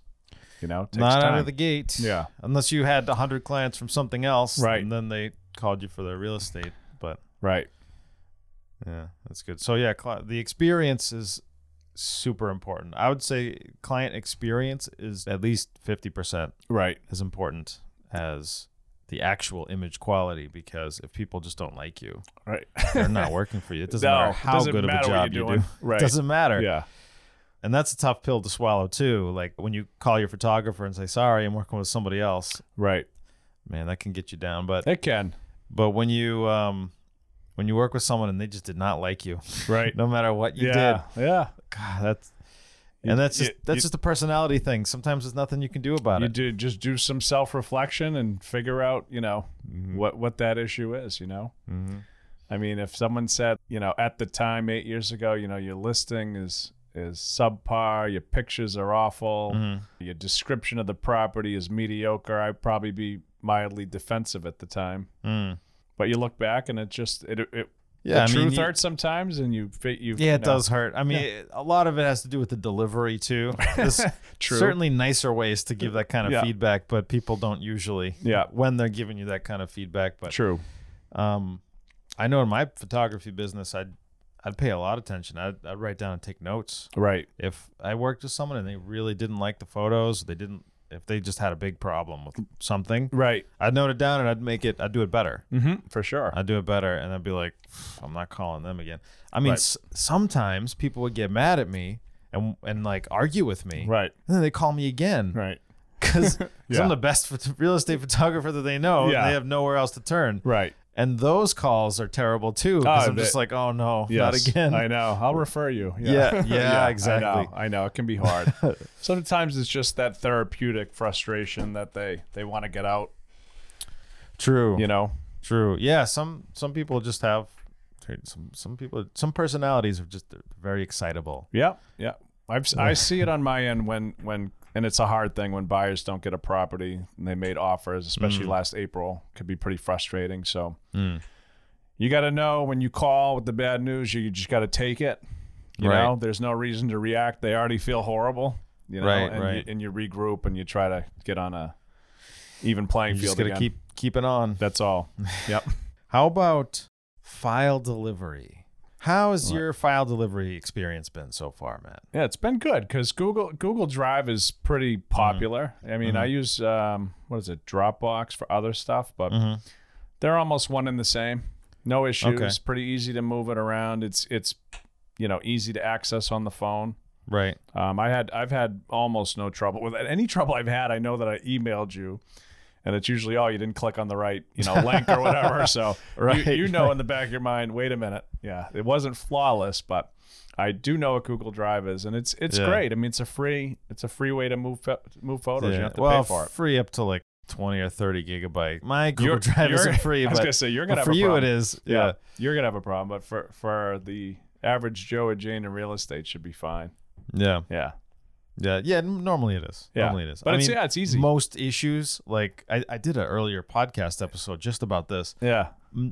Speaker 2: You know, it takes
Speaker 3: not
Speaker 2: time.
Speaker 3: out of the gate.
Speaker 2: Yeah.
Speaker 3: Unless you had 100 clients from something else.
Speaker 2: Right.
Speaker 3: And then they called you for their real estate. But
Speaker 2: right.
Speaker 3: yeah, that's good. So, yeah, cli the experience is super important. I would say client experience is at least 50%
Speaker 2: Right.
Speaker 3: as important as the actual image quality because if people just don't like you,
Speaker 2: Right.
Speaker 3: they're not working for you. It doesn't
Speaker 2: No,
Speaker 3: matter
Speaker 2: it
Speaker 3: how
Speaker 2: doesn't
Speaker 3: good of a
Speaker 2: matter what
Speaker 3: job
Speaker 2: you're
Speaker 3: you
Speaker 2: doing.
Speaker 3: do.
Speaker 2: Right.
Speaker 3: doesn't matter.
Speaker 2: yeah.
Speaker 3: And that's a tough pill to swallow, too. Like when you call your photographer and say, sorry, I'm working with somebody else.
Speaker 2: Right.
Speaker 3: Man, that can get you down. But
Speaker 2: It can.
Speaker 3: But when you um when you work with someone and they just did not like you,
Speaker 2: Right.
Speaker 3: no matter what you
Speaker 2: yeah.
Speaker 3: did.
Speaker 2: Yeah.
Speaker 3: God, that's and that's just
Speaker 2: you-
Speaker 3: that's
Speaker 2: you-
Speaker 3: just a personality thing. Sometimes there's nothing you can do about
Speaker 2: You
Speaker 3: it.
Speaker 2: do just do some self reflection and figure out, you know,
Speaker 3: Mm-hmm.
Speaker 2: what what that issue is. You know.
Speaker 3: Mhm.
Speaker 2: I mean, if someone said, you know, at the time eight years ago, you know, your listing is is subpar, your pictures are awful,
Speaker 3: Mm-hmm.
Speaker 2: your description of the property is mediocre, I'd probably be mildly defensive at the time.
Speaker 3: Mm.
Speaker 2: But you look back and it just it it
Speaker 3: Yeah,
Speaker 2: the
Speaker 3: I mean,
Speaker 2: truth
Speaker 3: you-
Speaker 2: hurts sometimes, and you fi- you
Speaker 3: Yeah,
Speaker 2: you
Speaker 3: it
Speaker 2: know,
Speaker 3: does hurt. I mean, it- a lot of it has to do with the delivery too. There's
Speaker 2: True.
Speaker 3: certainly nicer ways to give that kind of
Speaker 2: Yeah.
Speaker 3: feedback, but people don't usually.
Speaker 2: Yeah.
Speaker 3: When they're giving you that kind of feedback, but
Speaker 2: True.
Speaker 3: um, I know in my photography business, I'd I'd pay a lot of attention. I'd, I'd write down and take notes.
Speaker 2: Right.
Speaker 3: If I worked with someone and they really didn't like the photos, they didn't. If they just had a big problem with something,
Speaker 2: Right.
Speaker 3: I'd note it down and I'd make it. I'd do it better.
Speaker 2: Mm-hmm. For sure.
Speaker 3: I'd do it better, and I'd be like, I'm not calling them again. I mean, s- sometimes people would get mad at me and and like argue with me,
Speaker 2: right.
Speaker 3: And then they call me again
Speaker 2: Right.
Speaker 3: because
Speaker 2: Yeah.
Speaker 3: I'm the best phot- real estate photographer that they know,
Speaker 2: Yeah.
Speaker 3: and they have nowhere else to turn.
Speaker 2: Right.
Speaker 3: And those calls are terrible too because
Speaker 2: Oh,
Speaker 3: I'm just
Speaker 2: they-
Speaker 3: like, oh no,
Speaker 2: Yes.
Speaker 3: not again.
Speaker 2: I know. I'll refer you.
Speaker 3: Yeah, yeah,
Speaker 2: I
Speaker 3: exactly.
Speaker 2: know. I know. It can be hard. Sometimes it's just that therapeutic frustration that they they want to get out.
Speaker 3: True.
Speaker 2: You know.
Speaker 3: True. Yeah. Some some people just have some some people some personalities are just very excitable.
Speaker 2: Yeah. Yeah. I've s- I see it on my end when when and it's a hard thing when buyers don't get a property and they made offers, especially
Speaker 3: Mm.
Speaker 2: last April, could be pretty frustrating. So. You got to know when you call with the bad news, you just got to take it. You
Speaker 3: Right.
Speaker 2: know, there's no reason to react. They already feel horrible. You know,
Speaker 3: Right,
Speaker 2: and,
Speaker 3: right.
Speaker 2: You, and you regroup and you try to get on a even playing
Speaker 3: You
Speaker 2: field
Speaker 3: just gotta
Speaker 2: again.
Speaker 3: keep keep it on.
Speaker 2: That's all. Yep.
Speaker 3: How about file delivery? How has your file delivery experience been so far, Matt?
Speaker 2: yeah, it's been good because Google Google Drive is pretty popular. I mean, I use um, what is it Dropbox for other stuff, but they're almost one and the same. No issues.
Speaker 3: Mm. Okay.
Speaker 2: Pretty easy to move it around. It's it's you know easy to access on the phone.
Speaker 3: Right.
Speaker 2: Um, I had I've had almost no trouble with it. Any trouble I've had, I know that I emailed you, and it's usually oh you didn't click on the right you know link or whatever. So you-
Speaker 3: Right,
Speaker 2: you, know in the back of your mind, wait a minute, yeah, it wasn't flawless, but I do know what Google Drive is, and it's it's
Speaker 3: Yeah.
Speaker 2: great. I mean, it's a free it's a free way to move pho- move photos. You don't have to
Speaker 3: well,
Speaker 2: pay for it.
Speaker 3: free up to like twenty or thirty gigabyte. My Google
Speaker 2: Your
Speaker 3: Drive isn't free,
Speaker 2: I was gonna
Speaker 3: but,
Speaker 2: say you're
Speaker 3: but
Speaker 2: gonna have
Speaker 3: for
Speaker 2: a
Speaker 3: you it
Speaker 2: problem.
Speaker 3: is.
Speaker 2: yeah.
Speaker 3: Yeah.
Speaker 2: you're gonna have a problem, but for for the average Joe and Jane in real estate should be fine.
Speaker 3: Yeah.
Speaker 2: Yeah,
Speaker 3: Yeah. Yeah. n- Normally it is.
Speaker 2: yeah.
Speaker 3: Normally it is.
Speaker 2: but
Speaker 3: I
Speaker 2: it's
Speaker 3: mean,
Speaker 2: yeah, it's easy.
Speaker 3: Most issues, like I, I did an earlier podcast episode just about this.
Speaker 2: yeah,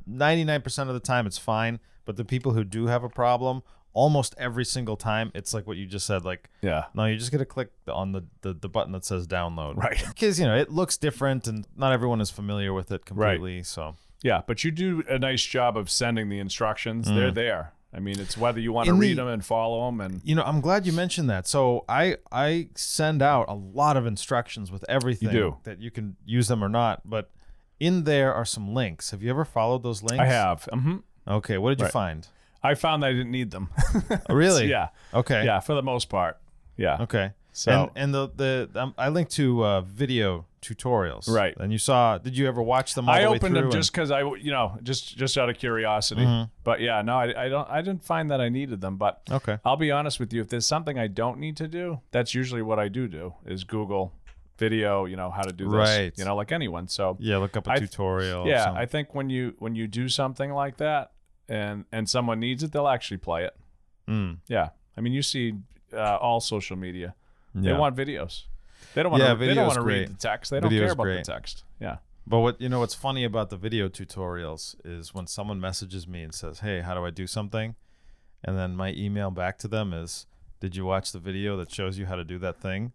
Speaker 3: Ninety-nine percent of the time, it's fine. But the people who do have a problem, almost every single time, it's like what you just said. Like
Speaker 2: yeah.
Speaker 3: No, you're just gonna click the- on the, the the button that says download.
Speaker 2: Right.
Speaker 3: Because you know it looks different, and not everyone is familiar with it completely. So
Speaker 2: Yeah, but you do a nice job of sending the instructions. They're
Speaker 3: Mm.
Speaker 2: there. I mean, it's whether you want to
Speaker 3: In
Speaker 2: read
Speaker 3: the-
Speaker 2: them and follow them, and
Speaker 3: you know, I'm glad you mentioned that. So I I send out a lot of instructions with everything
Speaker 2: do.
Speaker 3: that you can use them or not, but. In there are some links. Have you ever followed those links?
Speaker 2: I have. hmm
Speaker 3: Okay, what did you
Speaker 2: Right.
Speaker 3: find?
Speaker 2: I found that I didn't need them.
Speaker 3: Oh, really?
Speaker 2: yeah,
Speaker 3: Okay.
Speaker 2: yeah, for the most part. Yeah,
Speaker 3: Okay.
Speaker 2: So-
Speaker 3: and, and the the um, I linked to uh, video tutorials.
Speaker 2: Right.
Speaker 3: And you saw? Did you ever watch them? All
Speaker 2: I
Speaker 3: the way
Speaker 2: opened them
Speaker 3: through and- Mm-hmm.
Speaker 2: just because I, you know, just just out of curiosity. But yeah, no, I, I don't. I didn't find that I needed them. But
Speaker 3: Okay.
Speaker 2: I'll be honest with you. If there's something I don't need to do, that's usually what I do do is Google video. You know how to do this.
Speaker 3: Right.
Speaker 2: You know, like anyone. So
Speaker 3: Yeah, look up a
Speaker 2: I-
Speaker 3: tutorial. or
Speaker 2: yeah,
Speaker 3: something.
Speaker 2: I think when you when you do something like that and and someone needs it, they'll actually play it.
Speaker 3: Mm.
Speaker 2: Yeah. I mean, you see uh, all social media. They
Speaker 3: Yeah.
Speaker 2: want videos. They don't want
Speaker 3: Yeah,
Speaker 2: to. They don't
Speaker 3: video's
Speaker 2: want to
Speaker 3: great.
Speaker 2: read the text. They don't
Speaker 3: Video's
Speaker 2: care about
Speaker 3: great.
Speaker 2: the text. Yeah.
Speaker 3: But what you know what's funny about the video tutorials is when someone messages me and says, "Hey, how do I do something?" and then my email back to them is, "Did you watch the video that shows you how to do that thing?"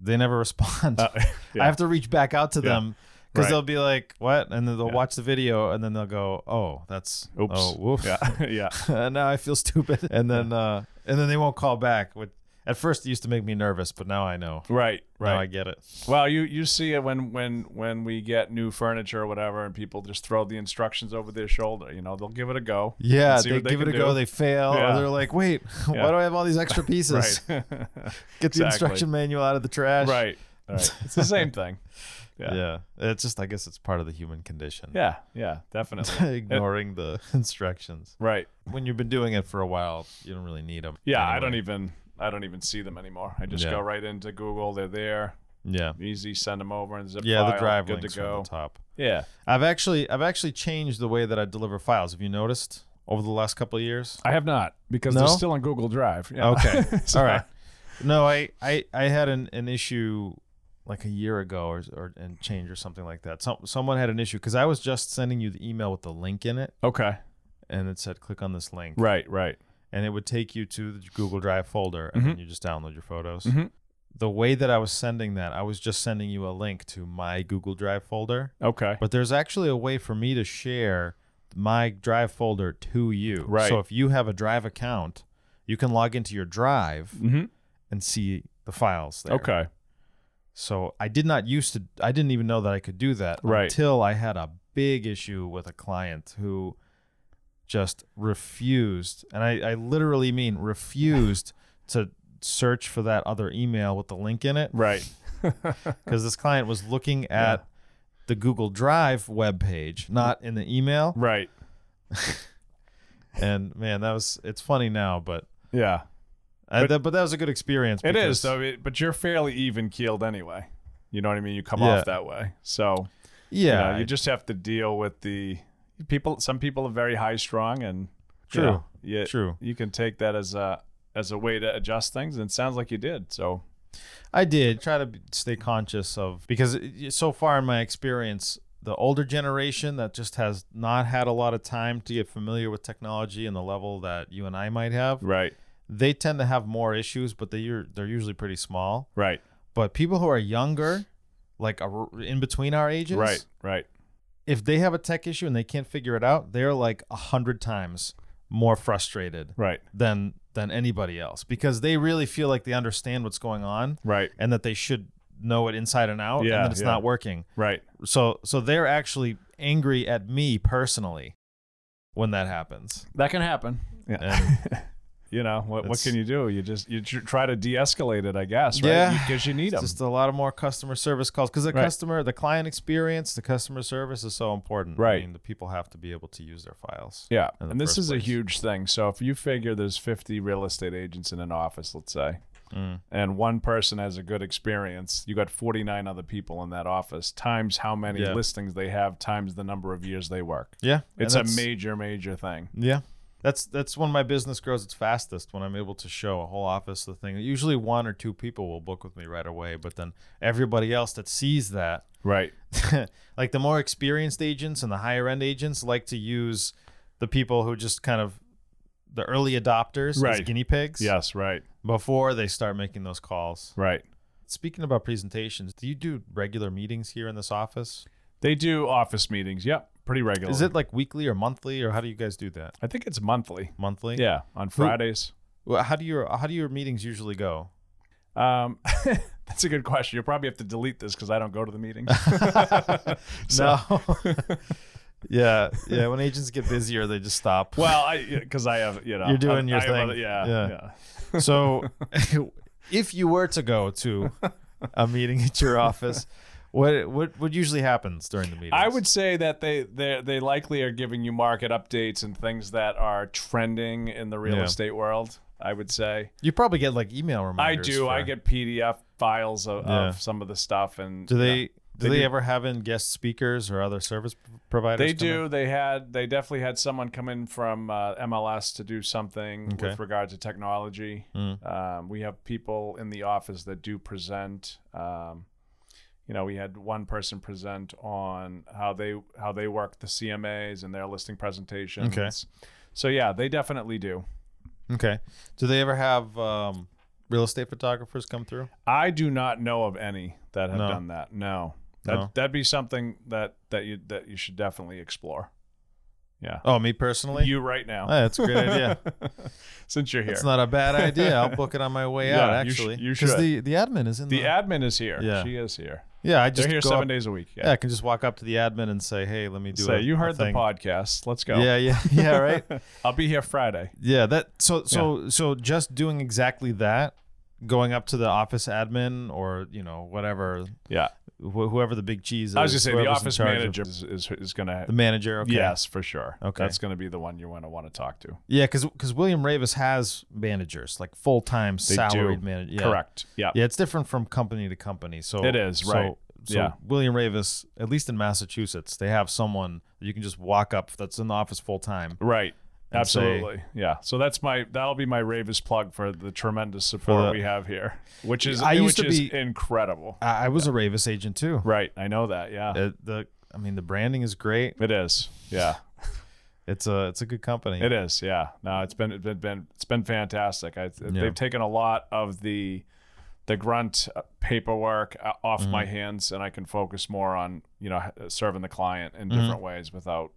Speaker 3: They never respond.
Speaker 2: Uh, yeah.
Speaker 3: I have to reach back out to them because
Speaker 2: Right.
Speaker 3: they'll be like, "What?" and then they'll watch the video and then they'll go, "Oh, that's
Speaker 2: Oops.
Speaker 3: Oh, whoops.
Speaker 2: Yeah. yeah.
Speaker 3: and now I feel stupid. And then uh, and then they won't call back. Which at first it used to make me nervous, but now I know.
Speaker 2: Right.
Speaker 3: Now I
Speaker 2: Right.
Speaker 3: get it.
Speaker 2: Well, you you see it when when when we get new furniture or whatever, and people just throw the instructions over their shoulder. You know, they'll give it a go. and
Speaker 3: Yeah,
Speaker 2: see
Speaker 3: they
Speaker 2: what
Speaker 3: give it
Speaker 2: can
Speaker 3: a
Speaker 2: do.
Speaker 3: go. They fail,
Speaker 2: Yeah.
Speaker 3: or they're like, "Wait, why
Speaker 2: Yeah.
Speaker 3: do I have all these extra pieces?
Speaker 2: right.
Speaker 3: Get the
Speaker 2: Exactly.
Speaker 3: instruction manual out of the trash."
Speaker 2: right. All right. It's the same thing. Yeah.
Speaker 3: yeah. It's just I guess it's part of the human condition.
Speaker 2: Yeah. Yeah. Definitely.
Speaker 3: Ignoring the instructions.
Speaker 2: Right.
Speaker 3: When you've been doing it for a while, you don't really need them.
Speaker 2: Yeah. I don't even. I don't even see them anymore. I just
Speaker 3: Yeah.
Speaker 2: go right into Google. They're there.
Speaker 3: Yeah.
Speaker 2: Easy. Send them over and zip
Speaker 3: Yeah, the
Speaker 2: e-, file,
Speaker 3: drive
Speaker 2: Good
Speaker 3: links
Speaker 2: to
Speaker 3: are on
Speaker 2: go.
Speaker 3: the top.
Speaker 2: Yeah.
Speaker 3: I've actually I've actually changed the way that I deliver files. Have you noticed over the last couple of years?
Speaker 2: I have not because
Speaker 3: No?
Speaker 2: they're still on Google Drive. Yeah.
Speaker 3: Okay.
Speaker 2: So-
Speaker 3: All right. No, I I, I had an, an issue like a year ago or, or and change or something like that. Some someone had an issue because I was just sending you the email with the link in it,
Speaker 2: Okay.
Speaker 3: and it said click on this link,
Speaker 2: Right. Right.
Speaker 3: and it would take you to the Google Drive folder,
Speaker 2: Mm-hmm.
Speaker 3: and then you just download your photos.
Speaker 2: Mhm.
Speaker 3: The way that I was sending that, I was just sending you a link to my Google Drive folder,
Speaker 2: Okay.
Speaker 3: but there's actually a way for me to share my drive folder to you
Speaker 2: Right.
Speaker 3: so if you have a drive account you can log into your drive
Speaker 2: Mhm.
Speaker 3: and see the files there
Speaker 2: Okay.
Speaker 3: so i did not used to i didn't even know that i could do that
Speaker 2: Right.
Speaker 3: until i had a big issue with a client who just refused and i, I literally mean refused to search for that other email with the link in it
Speaker 2: Right.
Speaker 3: because this client was looking at the Google Drive webpage, not in the email.
Speaker 2: Right.
Speaker 3: And man, that was it's funny now, but
Speaker 2: Yeah.
Speaker 3: I, that, but that was a good experience.
Speaker 2: It is
Speaker 3: because-
Speaker 2: though, it, but you're fairly even keeled anyway. You know what I mean? You come
Speaker 3: Yeah.
Speaker 2: off that way, so you know,
Speaker 3: Yeah,
Speaker 2: you, just have to deal with the people. Some people are very high strong, and
Speaker 3: True.
Speaker 2: you know, you-
Speaker 3: true.
Speaker 2: You can take that as a as a way to adjust things, and it sounds like you did. So
Speaker 3: I did try to be- stay conscious of because it- so far in my experience, the older generation that just has not had a lot of time to get familiar with technology and the level that you and I might have,
Speaker 2: right,
Speaker 3: they tend to have more issues, but they are they're usually pretty small.
Speaker 2: right,
Speaker 3: But people who are younger, like are in between our ages,
Speaker 2: right, right.
Speaker 3: if they have a tech issue and they can't figure it out, they're like a hundred times more frustrated
Speaker 2: Right,
Speaker 3: than than anybody else because they really feel like they understand what's going on
Speaker 2: right,
Speaker 3: and that they should know it inside and out
Speaker 2: Yeah,
Speaker 3: and that it's
Speaker 2: yeah.
Speaker 3: not working.
Speaker 2: right.
Speaker 3: So so they're actually angry at me personally when that happens.
Speaker 2: That can happen.
Speaker 3: And
Speaker 2: You know what? What
Speaker 3: It's-
Speaker 2: can you do? You just you tr- try to de-escalate it, I guess. Right?
Speaker 3: Yeah.
Speaker 2: because you, need
Speaker 3: it's
Speaker 2: them.
Speaker 3: just a lot of more customer service calls because the
Speaker 2: Right.
Speaker 3: customer, the client experience, the customer service is so important.
Speaker 2: Right.
Speaker 3: I mean, the people have to be able to use their files.
Speaker 2: Yeah.
Speaker 3: in the
Speaker 2: And this
Speaker 3: first
Speaker 2: is a
Speaker 3: place.
Speaker 2: huge thing. So if you figure there's 50 real estate agents in an office, let's say,
Speaker 3: Mm.
Speaker 2: and one person has a good experience, you got 49 other people in that office times how many
Speaker 3: Yeah.
Speaker 2: listings they have times the number of years they work.
Speaker 3: Yeah. and
Speaker 2: It's a
Speaker 3: that's-
Speaker 2: major, major thing.
Speaker 3: Yeah. That's that's when my business grows its fastest when I'm able to show a whole office the thing. Usually one or two people will book with me right away, but then everybody else that sees that
Speaker 2: Right.
Speaker 3: like the more experienced agents and the higher end agents like to use the people who just kind of the early adopters as
Speaker 2: Right.
Speaker 3: guinea pigs
Speaker 2: Yes. Right.
Speaker 3: before they start making those calls.
Speaker 2: Right.
Speaker 3: Speaking about presentations, do you do regular meetings here in this office?
Speaker 2: They do office meetings. Yep. Pretty regularly.
Speaker 3: Is it like weekly or monthly or how do you guys do that?
Speaker 2: I think it's monthly.
Speaker 3: Monthly?
Speaker 2: Yeah. On Fridays.
Speaker 3: Well, How do your how do your meetings usually go?
Speaker 2: Um, that's a good question. You'll probably have to delete this because I don't go to the meetings. So-
Speaker 3: No. yeah, yeah. When agents get busier, they just stop.
Speaker 2: Well, I because I have you know
Speaker 3: You're doing
Speaker 2: I-
Speaker 3: your
Speaker 2: I have
Speaker 3: thing.
Speaker 2: other- yeah,
Speaker 3: Yeah.
Speaker 2: yeah,
Speaker 3: so if you were to go to a meeting at your office, what what what usually happens during the meeting?
Speaker 2: I would say that they they they likely are giving you market updates and things that are trending in the real
Speaker 3: Yeah.
Speaker 2: estate world. I would say
Speaker 3: You probably get like email
Speaker 2: I
Speaker 3: reminders.
Speaker 2: do. I
Speaker 3: for-
Speaker 2: get PDF files of,
Speaker 3: Yeah.
Speaker 2: of some of the stuff, and
Speaker 3: Do they?
Speaker 2: yeah.
Speaker 3: Do
Speaker 2: They
Speaker 3: they
Speaker 2: do-
Speaker 3: ever have in guest speakers or other service p- providers?
Speaker 2: They
Speaker 3: come in?
Speaker 2: do. They had. They definitely had someone come in from uh, MLS to do something
Speaker 3: Okay.
Speaker 2: with regard to technology.
Speaker 3: Mm,
Speaker 2: Um, we have people in the office that do present. Um, you know, we had one person present on how they how they work the CMAs and their listing presentations.
Speaker 3: Okay.
Speaker 2: So yeah, they definitely do.
Speaker 3: Okay. Do they ever have um, real estate photographers come through?
Speaker 2: I do not know of any that have
Speaker 3: No.
Speaker 2: done that. No. That
Speaker 3: No.
Speaker 2: that'd be something that that you that you should definitely explore. Yeah.
Speaker 3: Oh, me personally.
Speaker 2: You right now.
Speaker 3: Oh, that's a great idea.
Speaker 2: Since you're here.
Speaker 3: It's not a bad idea. I'll book it on my way
Speaker 2: Yeah,
Speaker 3: out.
Speaker 2: you sh-
Speaker 3: Actually,
Speaker 2: you
Speaker 3: 'Cause
Speaker 2: should.
Speaker 3: the the admin is in
Speaker 2: the
Speaker 3: the,
Speaker 2: admin is here.
Speaker 3: Yeah.
Speaker 2: She is here.
Speaker 3: Yeah, I just
Speaker 2: They're here
Speaker 3: go
Speaker 2: seven
Speaker 3: up-
Speaker 2: days a week.
Speaker 3: Yeah, I can just walk up to the admin and say, "Hey, let me do."
Speaker 2: Say
Speaker 3: a,
Speaker 2: you
Speaker 3: a
Speaker 2: heard the
Speaker 3: thing."
Speaker 2: podcast. Let's go.
Speaker 3: Yeah, yeah, yeah. Right.
Speaker 2: I'll be here Friday.
Speaker 3: yeah. That. So so so just doing exactly that going up to the office admin or you know whatever
Speaker 2: Yeah.
Speaker 3: wh- whoever the big cheese is.
Speaker 2: I was just saying the
Speaker 3: whoever's in
Speaker 2: office
Speaker 3: charge of-
Speaker 2: manager is, is, is going to.
Speaker 3: the manager. Okay.
Speaker 2: Yes, for sure.
Speaker 3: Okay.
Speaker 2: That's going to be the one you want to want to talk to.
Speaker 3: Yeah, because William Ravis has managers like full time
Speaker 2: They
Speaker 3: salaried
Speaker 2: do.
Speaker 3: manager. Yeah.
Speaker 2: Correct. Yeah.
Speaker 3: Yeah, it's different from company to company. So
Speaker 2: It is,
Speaker 3: so-
Speaker 2: right.
Speaker 3: So
Speaker 2: Yeah.
Speaker 3: William Ravis, at least in Massachusetts, they have someone that you can just walk up that's in the office full time
Speaker 2: Right.
Speaker 3: and say-
Speaker 2: Absolutely. yeah. So that's my that'll be my Ravis plug for the tremendous support
Speaker 3: the-
Speaker 2: we have here, which is
Speaker 3: I used to
Speaker 2: which is
Speaker 3: be-
Speaker 2: incredible.
Speaker 3: I, I was a Ravis agent too.
Speaker 2: Right. I know that. Yeah.
Speaker 3: Uh, the I mean the branding is great.
Speaker 2: it is. Yeah.
Speaker 3: It's a it's a good company.
Speaker 2: It is. Yeah. No, it's been it's been, been it's been fantastic. I
Speaker 3: Yeah.
Speaker 2: they've taken a lot of the the grunt uh, paperwork uh, off
Speaker 3: Mm-hmm.
Speaker 2: my hands and I can focus more on, you know, h- serving the client
Speaker 3: Mm-hmm.
Speaker 2: in different ways without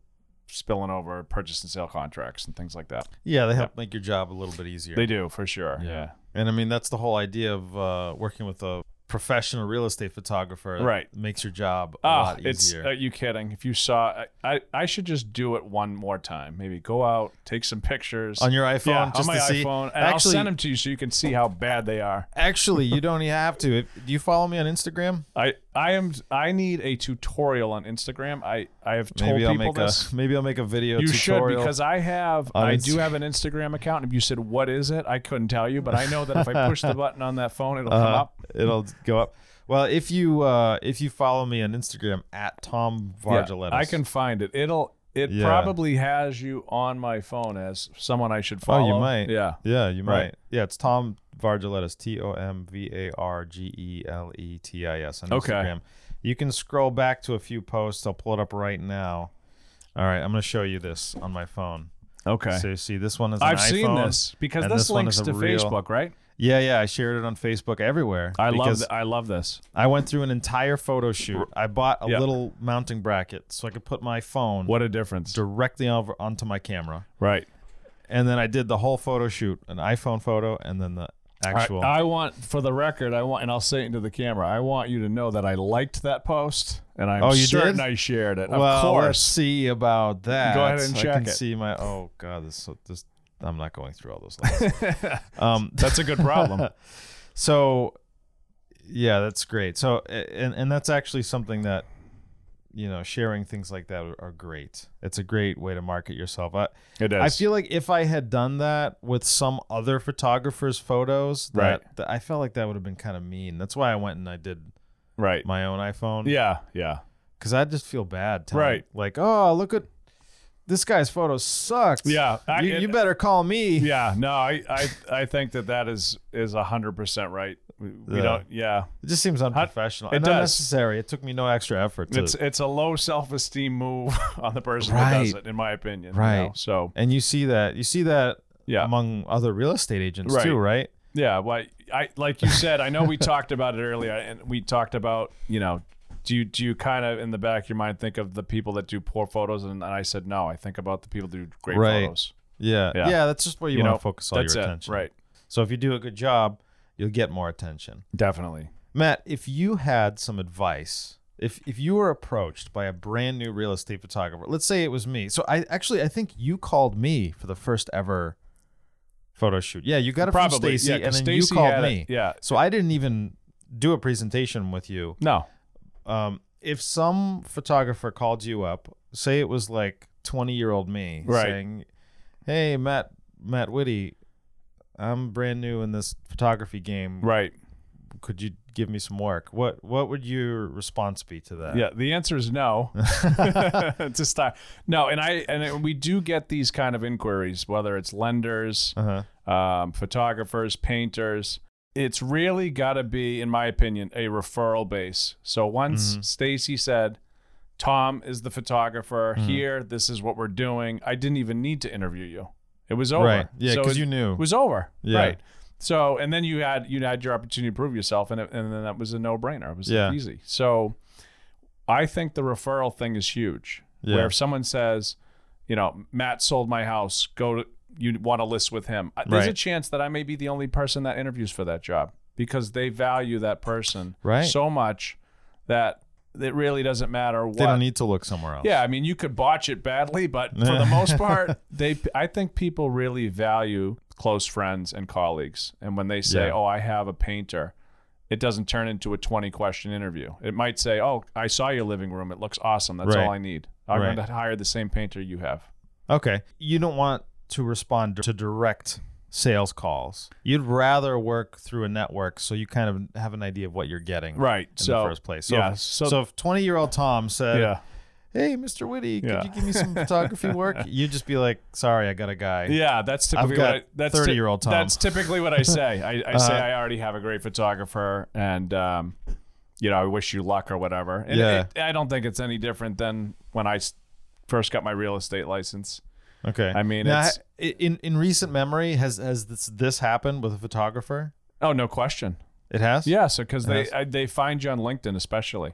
Speaker 2: spilling over purchase and sale contracts and things like that.
Speaker 3: Yeah, they help make your job a little bit easier.
Speaker 2: They do for sure. yeah.
Speaker 3: And I mean that's the whole idea of uh, working with a professional real estate photographer.
Speaker 2: Right.
Speaker 3: Makes your job a
Speaker 2: Ah,
Speaker 3: lot
Speaker 2: it's
Speaker 3: easier.
Speaker 2: are you kidding? If you saw, I, I I should just do it one more time. Maybe go out, take some pictures
Speaker 3: on your iPhone,
Speaker 2: yeah,
Speaker 3: just
Speaker 2: on my
Speaker 3: to see.
Speaker 2: iPhone, and I'll
Speaker 3: actually,
Speaker 2: send them to you so you can see how bad they are.
Speaker 3: actually, you don't even have to. If, do you follow me on Instagram?
Speaker 2: I I am I need a tutorial on Instagram. I I have told
Speaker 3: Maybe I'll
Speaker 2: people
Speaker 3: make
Speaker 2: this.
Speaker 3: a maybe I'll make a video
Speaker 2: you should
Speaker 3: tutorial.
Speaker 2: because I have
Speaker 3: on
Speaker 2: I
Speaker 3: Inst-
Speaker 2: do have an Instagram account. If you said what is it, I couldn't tell you, but I know that if I push the button on that phone, it'll come
Speaker 3: Uh,
Speaker 2: up.
Speaker 3: it'll go up. Well, if you uh, if you follow me on Instagram at Tom
Speaker 2: Yeah,
Speaker 3: Vargaletis,
Speaker 2: I can find it. It'll it
Speaker 3: Yeah.
Speaker 2: probably has you on my phone as someone I should
Speaker 3: Oh,
Speaker 2: follow.
Speaker 3: you might.
Speaker 2: Yeah.
Speaker 3: Yeah, you
Speaker 2: Right.
Speaker 3: might. Yeah, it's Tom Vargaletis. T O M V A R G E L E T I S on
Speaker 2: Okay.
Speaker 3: Instagram. You can scroll back to a few posts. I'll pull it up right now. All right, I'm going to show you this on my phone.
Speaker 2: Okay.
Speaker 3: So you see, this one is. An
Speaker 2: I've seen
Speaker 3: iPhone,
Speaker 2: this because
Speaker 3: and
Speaker 2: this,
Speaker 3: this one
Speaker 2: links
Speaker 3: is a
Speaker 2: to
Speaker 3: real-
Speaker 2: Facebook, right?
Speaker 3: Yeah, yeah. I shared it on Facebook everywhere.
Speaker 2: I love
Speaker 3: because
Speaker 2: th- I love this.
Speaker 3: I went through an entire photo shoot. I bought a
Speaker 2: Yeah.
Speaker 3: little mounting bracket so I could put my phone
Speaker 2: What a difference.
Speaker 3: directly over onto my camera.
Speaker 2: right.
Speaker 3: And then I did the whole photo shoot, an iPhone photo, and then the actual.
Speaker 2: I, I want for the record, I want and I'll say it into the camera. I want you to know that I liked that post and I'm
Speaker 3: Oh, you
Speaker 2: certain
Speaker 3: did?
Speaker 2: I shared it.
Speaker 3: well,
Speaker 2: of
Speaker 3: let's
Speaker 2: course.
Speaker 3: see about that.
Speaker 2: Go ahead and
Speaker 3: I
Speaker 2: check
Speaker 3: can
Speaker 2: it.
Speaker 3: see my. Oh God, this so this. I'm not going through all those lines. um,
Speaker 2: That's a good problem.
Speaker 3: so yeah, that's great. So a- and and that's actually something that you know sharing things like that are, are great. It's a great way to market yourself. I,
Speaker 2: it is.
Speaker 3: I feel like if I had done that with some other photographer's photos, that,
Speaker 2: Right.
Speaker 3: that- I felt like that would have been kind of mean. That's why I went and I did
Speaker 2: right.
Speaker 3: my own iPhone.
Speaker 2: Yeah, yeah.
Speaker 3: because I just feel bad. Telling,
Speaker 2: Right.
Speaker 3: like oh look at this guy's photo sucks.
Speaker 2: Yeah, I-
Speaker 3: you,
Speaker 2: it-
Speaker 3: you better call me.
Speaker 2: Yeah, no, I I, I think that that is is 100% right. We, we
Speaker 3: Yeah.
Speaker 2: don't yeah.
Speaker 3: It just seems unprofessional
Speaker 2: It
Speaker 3: and
Speaker 2: does.
Speaker 3: unnecessary. It took me no extra effort. To,
Speaker 2: It's it's a low self-esteem move on the person who does
Speaker 3: Right.
Speaker 2: it in my opinion, you
Speaker 3: Right.
Speaker 2: know? So,
Speaker 3: and you see that you see that
Speaker 2: Yeah.
Speaker 3: among other real estate agents
Speaker 2: Right.
Speaker 3: too, right?
Speaker 2: Yeah, well, I like you said. I know we talked about it earlier, and we talked about you know, do you do you kind of in the back of your mind think of the people that do poor photos, and, and I said no, I think about the people that do great
Speaker 3: Right.
Speaker 2: photos.
Speaker 3: Yeah,
Speaker 2: Yeah.
Speaker 3: yeah. that's just where you,
Speaker 2: You
Speaker 3: want
Speaker 2: know,
Speaker 3: to focus all
Speaker 2: That's
Speaker 3: your
Speaker 2: it,
Speaker 3: attention.
Speaker 2: right?
Speaker 3: So if you do a good job, you'll get more attention.
Speaker 2: Definitely.
Speaker 3: Matt, if you had some advice, if if you were approached by a brand new real estate photographer, let's say it was me. So I actually I think you called me for the first ever photo shoot. Yeah, you got it
Speaker 2: Probably,
Speaker 3: from Stacy,
Speaker 2: yeah, 'cause
Speaker 3: and then
Speaker 2: Stacy
Speaker 3: you called
Speaker 2: had it,
Speaker 3: me.
Speaker 2: yeah.
Speaker 3: So I didn't even do a presentation with you.
Speaker 2: No.
Speaker 3: Um, if some photographer called you up, say it was like twenty year old me
Speaker 2: Right.
Speaker 3: saying, "Hey, Matt, Matt Whitty, I'm brand new in this photography game
Speaker 2: Right.
Speaker 3: could you give me some work? What what would your response be to that?
Speaker 2: Yeah. The answer is no. to start. No, and I and it, we do get these kind of inquiries, whether it's lenders,
Speaker 3: Uh-huh.
Speaker 2: um, photographers, painters. It's really got to be, in my opinion, a referral base. So once
Speaker 3: Mm-hmm.
Speaker 2: Stacy said, "Tom is the photographer
Speaker 3: Mm-hmm.
Speaker 2: here. This is what we're doing," I didn't even need to interview you. It was over.
Speaker 3: Right. Yeah,
Speaker 2: So
Speaker 3: 'cause
Speaker 2: it
Speaker 3: you knew.
Speaker 2: was over.
Speaker 3: Yeah.
Speaker 2: Right. So and then you had you had your opportunity to prove yourself, and it, and then that was a no brainer. It was
Speaker 3: Yeah.
Speaker 2: easy. So I think the referral thing is huge.
Speaker 3: Yeah.
Speaker 2: Where if someone says, you know, Matt sold my house, go to you want to list with him. Uh, There's a
Speaker 3: Right.
Speaker 2: chance that I may be the only person that interviews for that job because they value that person
Speaker 3: Right.
Speaker 2: so much that it really doesn't matter what.
Speaker 3: They don't need to look somewhere else.
Speaker 2: yeah, I mean, you could botch it badly, but for the most part, they I think people really value close friends and colleagues. And when they say,
Speaker 3: Yeah.
Speaker 2: "Oh, I have a painter," it doesn't turn into a 20 question interview. It might say, "Oh, I saw your living room. It looks awesome. That's
Speaker 3: Right.
Speaker 2: all I need. I'm
Speaker 3: Right.
Speaker 2: going to hire the same painter you have."
Speaker 3: Okay. You don't want to respond to direct sales calls. You'd rather work through a network so you kind of have an idea of what you're getting
Speaker 2: Right.
Speaker 3: in
Speaker 2: so
Speaker 3: the first place. So,
Speaker 2: yeah.
Speaker 3: if,
Speaker 2: So,
Speaker 3: so if 20 year old Tom said,
Speaker 2: yeah.
Speaker 3: Hey, Mr. Whitty, could
Speaker 2: Yeah.
Speaker 3: you give me some photography work? You'd just be like, Sorry, I got a guy.
Speaker 2: Yeah, that's typically
Speaker 3: got
Speaker 2: what I, that's
Speaker 3: 30-year-old Tom. Uh,
Speaker 2: That's typically what I say. I, I say I already have a great photographer, and um, you know, I wish you luck or whatever. And
Speaker 3: Yeah.
Speaker 2: it- I don't think it's any different than when I s- first got my real estate license.
Speaker 3: Okay.
Speaker 2: I mean,
Speaker 3: now,
Speaker 2: it's-
Speaker 3: ha- in in recent memory, has has this this happened with a photographer?
Speaker 2: Oh, no question.
Speaker 3: It has.
Speaker 2: Yeah, so because they
Speaker 3: Yes.
Speaker 2: I, they find you on LinkedIn, especially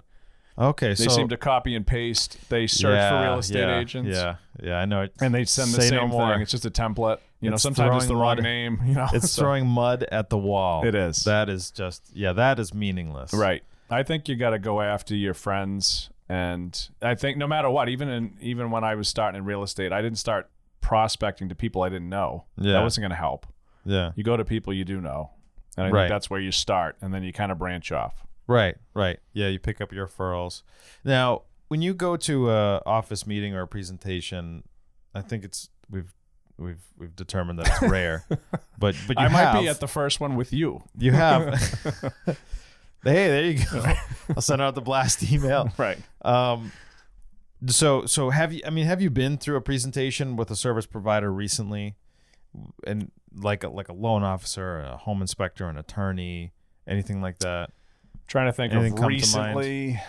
Speaker 3: Okay.
Speaker 2: they
Speaker 3: so
Speaker 2: seem to copy and paste. They search for
Speaker 3: Yeah,
Speaker 2: real estate
Speaker 3: yeah,
Speaker 2: agents.
Speaker 3: Yeah. Yeah. I know. It,
Speaker 2: And they send the
Speaker 3: Say no
Speaker 2: same
Speaker 3: more.
Speaker 2: thing. It's just a template. You know,
Speaker 3: It's
Speaker 2: sometimes it's the
Speaker 3: throwing
Speaker 2: wrong
Speaker 3: mud-
Speaker 2: name. You know,
Speaker 3: it's
Speaker 2: so-
Speaker 3: throwing mud at the wall.
Speaker 2: It is.
Speaker 3: That is just yeah. That is meaningless.
Speaker 2: Right. I think you got to go after your friends, and I think no matter what, even in even when I was starting in real estate, I didn't start prospecting to people I didn't know.
Speaker 3: Yeah.
Speaker 2: That wasn't going to help.
Speaker 3: Yeah.
Speaker 2: You go to people you do know, and I
Speaker 3: Right.
Speaker 2: think that's where you start, and then you kind of branch off.
Speaker 3: Right. Right. Yeah. You pick up your referrals. Now, when you go to a office meeting or a presentation, I think it's we've we've we've determined that it's rare. but but you
Speaker 2: I
Speaker 3: have,
Speaker 2: might be at the first one with you.
Speaker 3: You have. hey, there you go. I'll send out the blast email.
Speaker 2: Right.
Speaker 3: Um, so so have you? I mean, have you been through a presentation with a service provider recently, and like a, like a loan officer, a home inspector, an attorney, anything like that?
Speaker 2: Trying to think
Speaker 3: Anything
Speaker 2: of
Speaker 3: come to mind?
Speaker 2: recently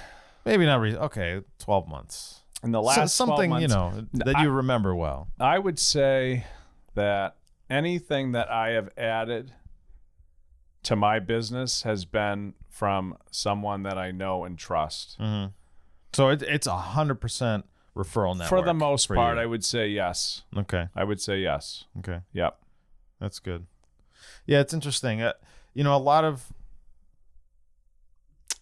Speaker 3: Maybe not recent. Okay, twelve months.
Speaker 2: in the
Speaker 3: So-
Speaker 2: last 12
Speaker 3: something you
Speaker 2: months,
Speaker 3: know that you remember well.
Speaker 2: I would say that anything that I have added to my business has been from someone that I know and trust.
Speaker 3: Mm-hmm. So it, it's a hundred percent referral network
Speaker 2: for the most
Speaker 3: for
Speaker 2: part,
Speaker 3: you.
Speaker 2: I would say yes.
Speaker 3: okay.
Speaker 2: I would say yes.
Speaker 3: Okay.
Speaker 2: Yep.
Speaker 3: That's good. Yeah, it's interesting. Uh, you know, a lot of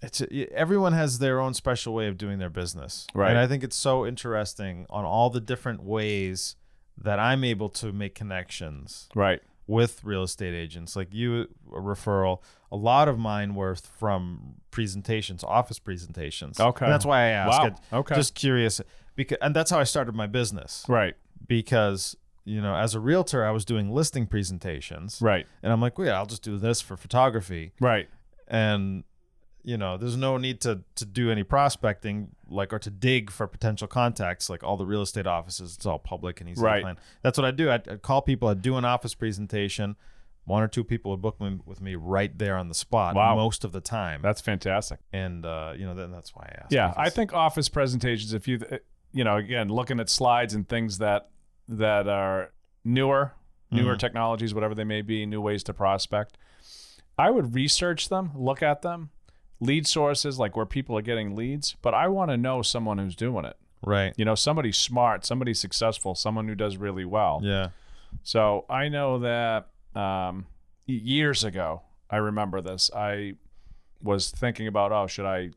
Speaker 3: it's uh, everyone has their own special way of doing their business,
Speaker 2: Right.
Speaker 3: And I think it's so interesting on all the different ways that I'm able to make connections
Speaker 2: Right.
Speaker 3: with real estate agents. Like you, a referral. A lot of mine were from presentations, office presentations.
Speaker 2: Okay.
Speaker 3: And that's why I asked.
Speaker 2: Wow.
Speaker 3: It-
Speaker 2: Okay.
Speaker 3: Just curious, because and that's how I started my business
Speaker 2: Right.
Speaker 3: because you know as a realtor I was doing listing presentations
Speaker 2: Right.
Speaker 3: and I'm like, wait, I'll just do this for photography.
Speaker 2: Right.
Speaker 3: And you know, there's no need to to do any prospecting, like or to dig for potential contacts. Like all the real estate offices, it's all public and easy to
Speaker 2: Right.
Speaker 3: plan. That's what I do. I'd, I'd call people. I'd do an office presentation. One or two people would book me with me right there on the spot
Speaker 2: Wow.
Speaker 3: most of the time.
Speaker 2: That's fantastic.
Speaker 3: and uh, you know, then that's why I asked.
Speaker 2: Yeah. I
Speaker 3: because-
Speaker 2: think office presentations, if you, uh, you know, again, looking at slides and things that, that are newer, newer technologies, whatever they may be, new ways to prospect, I would research them, look at them, lead sources, like where people are getting leads, but I want to know someone who's doing it.
Speaker 3: right.
Speaker 2: You know, somebody smart, somebody successful, someone who does really well.
Speaker 3: Yeah.
Speaker 2: So I know that um, y- years ago, I remember this. I was thinking about, oh, should I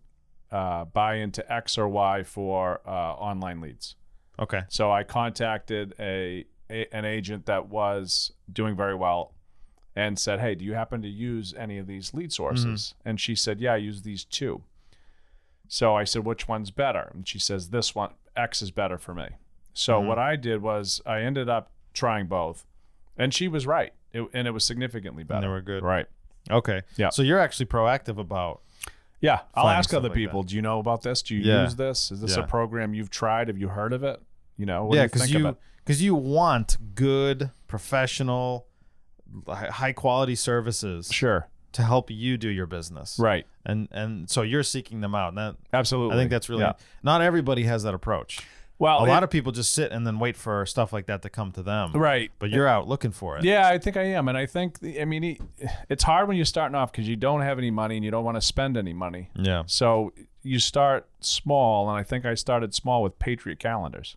Speaker 2: uh, buy into X or Y for uh, online leads?
Speaker 3: Okay.
Speaker 2: So I contacted a, a an agent that was doing very well and said, "Hey, do you happen to use any of these
Speaker 3: Mm-hmm.
Speaker 2: lead sources?" And she said, "Yeah, I use these two. So I said, "Which one's better?" And she says, "This one X is better for me." So
Speaker 3: Mm-hmm.
Speaker 2: what I did was I ended up trying both, and she was right, it, and it was significantly
Speaker 3: And they
Speaker 2: better.
Speaker 3: were good.
Speaker 2: Right?
Speaker 3: Okay.
Speaker 2: Yeah.
Speaker 3: So you're actually proactive about
Speaker 2: Yeah. I'll
Speaker 3: Finding
Speaker 2: ask other
Speaker 3: stuff like
Speaker 2: people, "Do you know about this? Do you
Speaker 3: Yeah.
Speaker 2: use this? Is this
Speaker 3: Yeah.
Speaker 2: a program you've tried? Have you heard of it? You know, what
Speaker 3: yeah,
Speaker 2: do you
Speaker 3: because
Speaker 2: think of
Speaker 3: you
Speaker 2: it?"
Speaker 3: because you want good, professional, high quality services
Speaker 2: Sure.
Speaker 3: to help you do your business,
Speaker 2: Right.
Speaker 3: And and so you're seeking them out. And that, I
Speaker 2: Absolutely.
Speaker 3: think that's really
Speaker 2: Yeah.
Speaker 3: not everybody has that approach.
Speaker 2: well.
Speaker 3: A lot of people just sit and then wait for stuff like that to come to them,
Speaker 2: right.
Speaker 3: But you're out looking for it.
Speaker 2: Yeah, I think I am, and I think the, I mean it- it's hard when you're starting off because you don't have any money and you don't want to spend any money.
Speaker 3: yeah,
Speaker 2: So you start small, and I think I started small with Patriot calendars.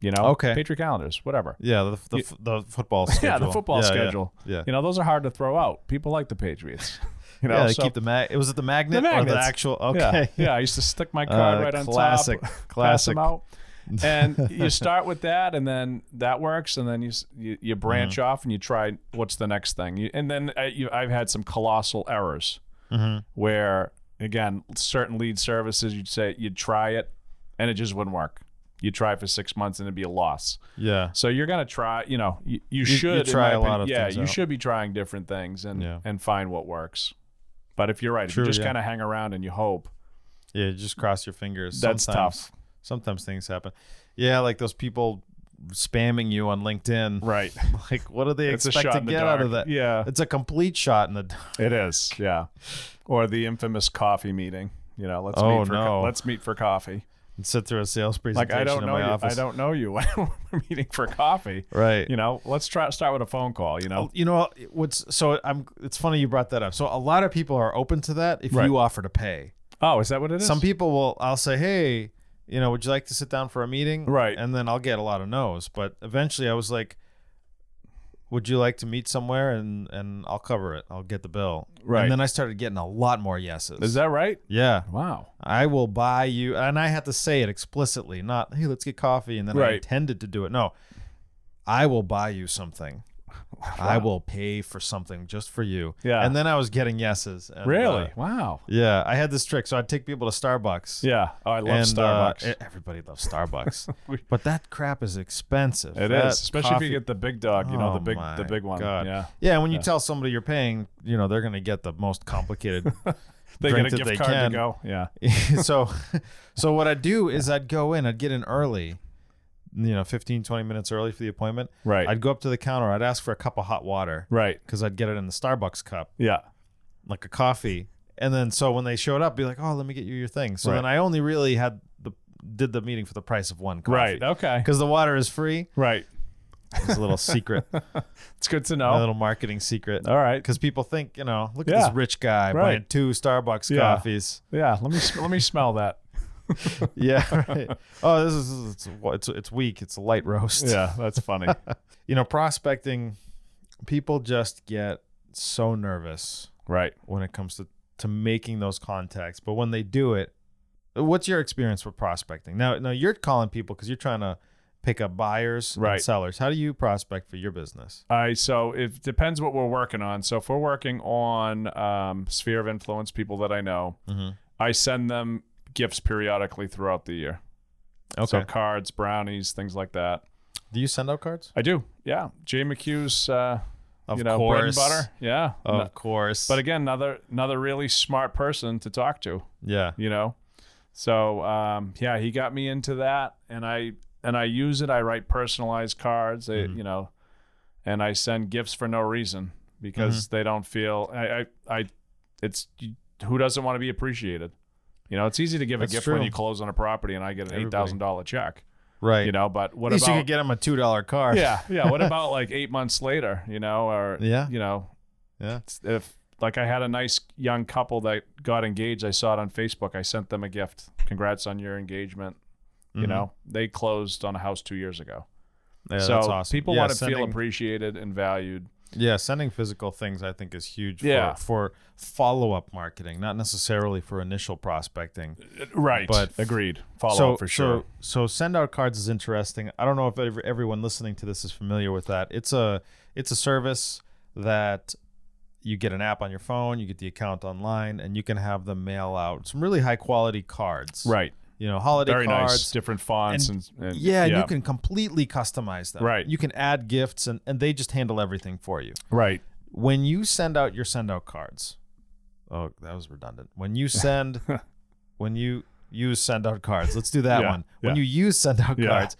Speaker 2: You know,
Speaker 3: Okay.
Speaker 2: Patriot calenders, whatever.
Speaker 3: yeah. The the, f the football schedule.
Speaker 2: Yeah, the football
Speaker 3: Yeah, yeah,
Speaker 2: schedule.
Speaker 3: Yeah,
Speaker 2: You know, those are hard to throw out. People like the Patriots. You know,
Speaker 3: yeah. They
Speaker 2: so-
Speaker 3: keep the mag. It was it the magnet or the
Speaker 2: magnets.
Speaker 3: actual.
Speaker 2: yeah,
Speaker 3: Okay.
Speaker 2: yeah. I used to stick my card
Speaker 3: Uh,
Speaker 2: right on
Speaker 3: classic,
Speaker 2: top, pass
Speaker 3: classic.
Speaker 2: them out. and you start with that and then that works and then you s- you, you branch
Speaker 3: Mm-hmm.
Speaker 2: off and you try what's the next thing you, and then I, you, i've had some colossal errors
Speaker 3: Mm-hmm.
Speaker 2: where again certain lead services you'd say you'd try it and it just wouldn't work you try for six months and it'd be a loss
Speaker 3: Yeah.
Speaker 2: so you're gonna try you know you, you should in
Speaker 3: try
Speaker 2: my
Speaker 3: a lot
Speaker 2: opinion-
Speaker 3: of
Speaker 2: yeah
Speaker 3: things
Speaker 2: you
Speaker 3: out.
Speaker 2: should be trying different things and
Speaker 3: Yeah.
Speaker 2: and find what works but if you're right
Speaker 3: True,
Speaker 2: if you just
Speaker 3: yeah.
Speaker 2: kind of hang around and you hope
Speaker 3: Yeah. Just cross your fingers.
Speaker 2: that's
Speaker 3: Sometimes-
Speaker 2: tough
Speaker 3: Sometimes things happen. Yeah, like those people spamming you on LinkedIn.
Speaker 2: right
Speaker 3: Like, what do they
Speaker 2: it's a
Speaker 3: expect
Speaker 2: shot
Speaker 3: to
Speaker 2: in the
Speaker 3: get
Speaker 2: dark.
Speaker 3: out of that?
Speaker 2: yeah
Speaker 3: It's a complete shot in the dark.
Speaker 2: It is, yeah. Or the infamous coffee meeting. You know, let's
Speaker 3: Oh,
Speaker 2: meet for
Speaker 3: no.
Speaker 2: co- let's meet for coffee.
Speaker 3: and sit through a sales
Speaker 2: Like
Speaker 3: presentation
Speaker 2: I don't
Speaker 3: in
Speaker 2: know
Speaker 3: my
Speaker 2: you,
Speaker 3: office.
Speaker 2: I don't know you. We're meeting for coffee.
Speaker 3: Right. Oh.
Speaker 2: You know, let's try start with a phone call. You know,
Speaker 3: you know what's so I'm it's funny you brought that up. So a lot of people are open to that if
Speaker 2: Right.
Speaker 3: you offer to pay.
Speaker 2: oh, is that what it is?
Speaker 3: Some people will I'll say, "Hey, you know, would you like to sit down for a meeting?"
Speaker 2: Right.
Speaker 3: And then I'll get a lot of no's, but eventually I was like, "Would you like to meet somewhere and and I'll cover it. I'll get the bill."
Speaker 2: Right.
Speaker 3: And then I started getting a lot more yeses.
Speaker 2: is that right?
Speaker 3: Yeah.
Speaker 2: Wow.
Speaker 3: I will buy you and I had to say it explicitly, not, "Hey, let's get coffee." And then I
Speaker 2: Right.
Speaker 3: intended to do it. No. I will buy you something. I
Speaker 2: Wow.
Speaker 3: will pay for something just for you.
Speaker 2: Yeah.
Speaker 3: And then I was getting yeses. and,
Speaker 2: Really?
Speaker 3: uh,
Speaker 2: wow.
Speaker 3: yeah. I had this trick. So I'd take people to Starbucks.
Speaker 2: Yeah. Oh, I love
Speaker 3: and, uh,
Speaker 2: Starbucks.
Speaker 3: e- everybody loves Starbucks.
Speaker 2: We-
Speaker 3: but that crap is expensive.
Speaker 2: it
Speaker 3: That
Speaker 2: is, especially if
Speaker 3: coffee-
Speaker 2: you get the big dog. You know,
Speaker 3: Oh
Speaker 2: the big
Speaker 3: my
Speaker 2: the big one.
Speaker 3: God.
Speaker 2: Yeah.
Speaker 3: Yeah, and when you tell somebody you're paying, you know, they're going to get the most complicated
Speaker 2: They
Speaker 3: drink
Speaker 2: get
Speaker 3: that
Speaker 2: a gift
Speaker 3: they
Speaker 2: card
Speaker 3: can.
Speaker 2: to go. Yeah.
Speaker 3: so so what I'd do is I'd go in, I'd get in early, you know, 15 20 minutes early for the appointment.
Speaker 2: Right.
Speaker 3: I'd go up to the counter, I'd ask for a cup of hot water
Speaker 2: right.
Speaker 3: cuz I'd get it in the Starbucks cup.
Speaker 2: Yeah.
Speaker 3: like a coffee. And then so when they showed up, be like, oh, let me get you your thing. So
Speaker 2: Right.
Speaker 3: then I only really had the did the meeting for the price of one coffee.
Speaker 2: Right. Okay.
Speaker 3: Because the water is free.
Speaker 2: Right.
Speaker 3: It's a little secret,
Speaker 2: It's good to
Speaker 3: a
Speaker 2: know.
Speaker 3: little marketing secret.
Speaker 2: All right.
Speaker 3: Because people think, you know, look at
Speaker 2: Oh. Yeah.
Speaker 3: this rich guy
Speaker 2: Right.
Speaker 3: buying two Starbucks
Speaker 2: Yeah.
Speaker 3: coffees.
Speaker 2: Yeah. Let me sm- let me smell that.
Speaker 3: Yeah. Right. oh, this is it's, it's it's weak. It's a light roast.
Speaker 2: Yeah. That's funny.
Speaker 3: You know, prospecting, people just get so nervous
Speaker 2: right.
Speaker 3: when it comes to to making those contacts. But when they do it, what's your experience with prospecting? Now, now you're calling people because you're trying to pick up buyers, and
Speaker 2: Right.
Speaker 3: sellers. How do you prospect for your business?
Speaker 2: I so it depends what we're working on. So if we're working on um, sphere of influence, people that I know,
Speaker 3: Mhm.
Speaker 2: I send them gifts periodically throughout the year. So cards, brownies, things like that.
Speaker 3: do you send out cards?
Speaker 2: I do. Yeah. Jay McHugh's, uh,
Speaker 3: Of Oh.
Speaker 2: you know, bread and butter. Yeah.
Speaker 3: Of
Speaker 2: No-
Speaker 3: course.
Speaker 2: but again, another another really smart person to talk to.
Speaker 3: yeah.
Speaker 2: you know so um, yeah he got me into that and i and i use it i write personalized cards they,
Speaker 3: Mm-hmm.
Speaker 2: you know and i send gifts for no reason because
Speaker 3: Mm-hmm.
Speaker 2: they don't feel I, I i it's who doesn't want to be appreciated you know it's easy to give
Speaker 3: That's
Speaker 2: a gift
Speaker 3: true.
Speaker 2: when you close on a property and i get an
Speaker 3: Everybody.
Speaker 2: $8000 check
Speaker 3: Right.
Speaker 2: you know but what
Speaker 3: At least
Speaker 2: about
Speaker 3: you could get them a two dollar card.
Speaker 2: yeah yeah what about like eight months later you know or
Speaker 3: Yeah.
Speaker 2: you know
Speaker 3: Yeah.
Speaker 2: it's- if like I had a nice young couple that got engaged, I saw it on Facebook. I sent them a gift. Congrats on your engagement. You
Speaker 3: Mhm.
Speaker 2: know, they closed on a house two years ago.
Speaker 3: Yeah,
Speaker 2: so
Speaker 3: that's awesome.
Speaker 2: people
Speaker 3: yeah,
Speaker 2: want to feel
Speaker 3: sending-
Speaker 2: appreciated and valued.
Speaker 3: Yeah, sending physical things I think is huge
Speaker 2: Yeah.
Speaker 3: for, for follow up marketing, not necessarily for initial prospecting.
Speaker 2: Uh, Right.
Speaker 3: But-
Speaker 2: agreed. Follow up for sure.
Speaker 3: So, so send out cards is interesting. I don't know if ev- everyone listening to this is familiar with that. It's a it's a service that you get an app on your phone, you get the account online, and you can have them mail out some really high quality cards.
Speaker 2: right.
Speaker 3: You know, holiday
Speaker 2: Very nice.
Speaker 3: cards.
Speaker 2: Different fonts and, and-
Speaker 3: Yeah, and you can completely customize them.
Speaker 2: Right.
Speaker 3: You can add gifts and, and they just handle everything for you.
Speaker 2: right.
Speaker 3: When you send out your send out cards, oh, that was redundant. When you send, when you use send out cards, let's do that
Speaker 2: Yeah,
Speaker 3: one. When
Speaker 2: yeah.
Speaker 3: you use send out
Speaker 2: Yeah.
Speaker 3: cards,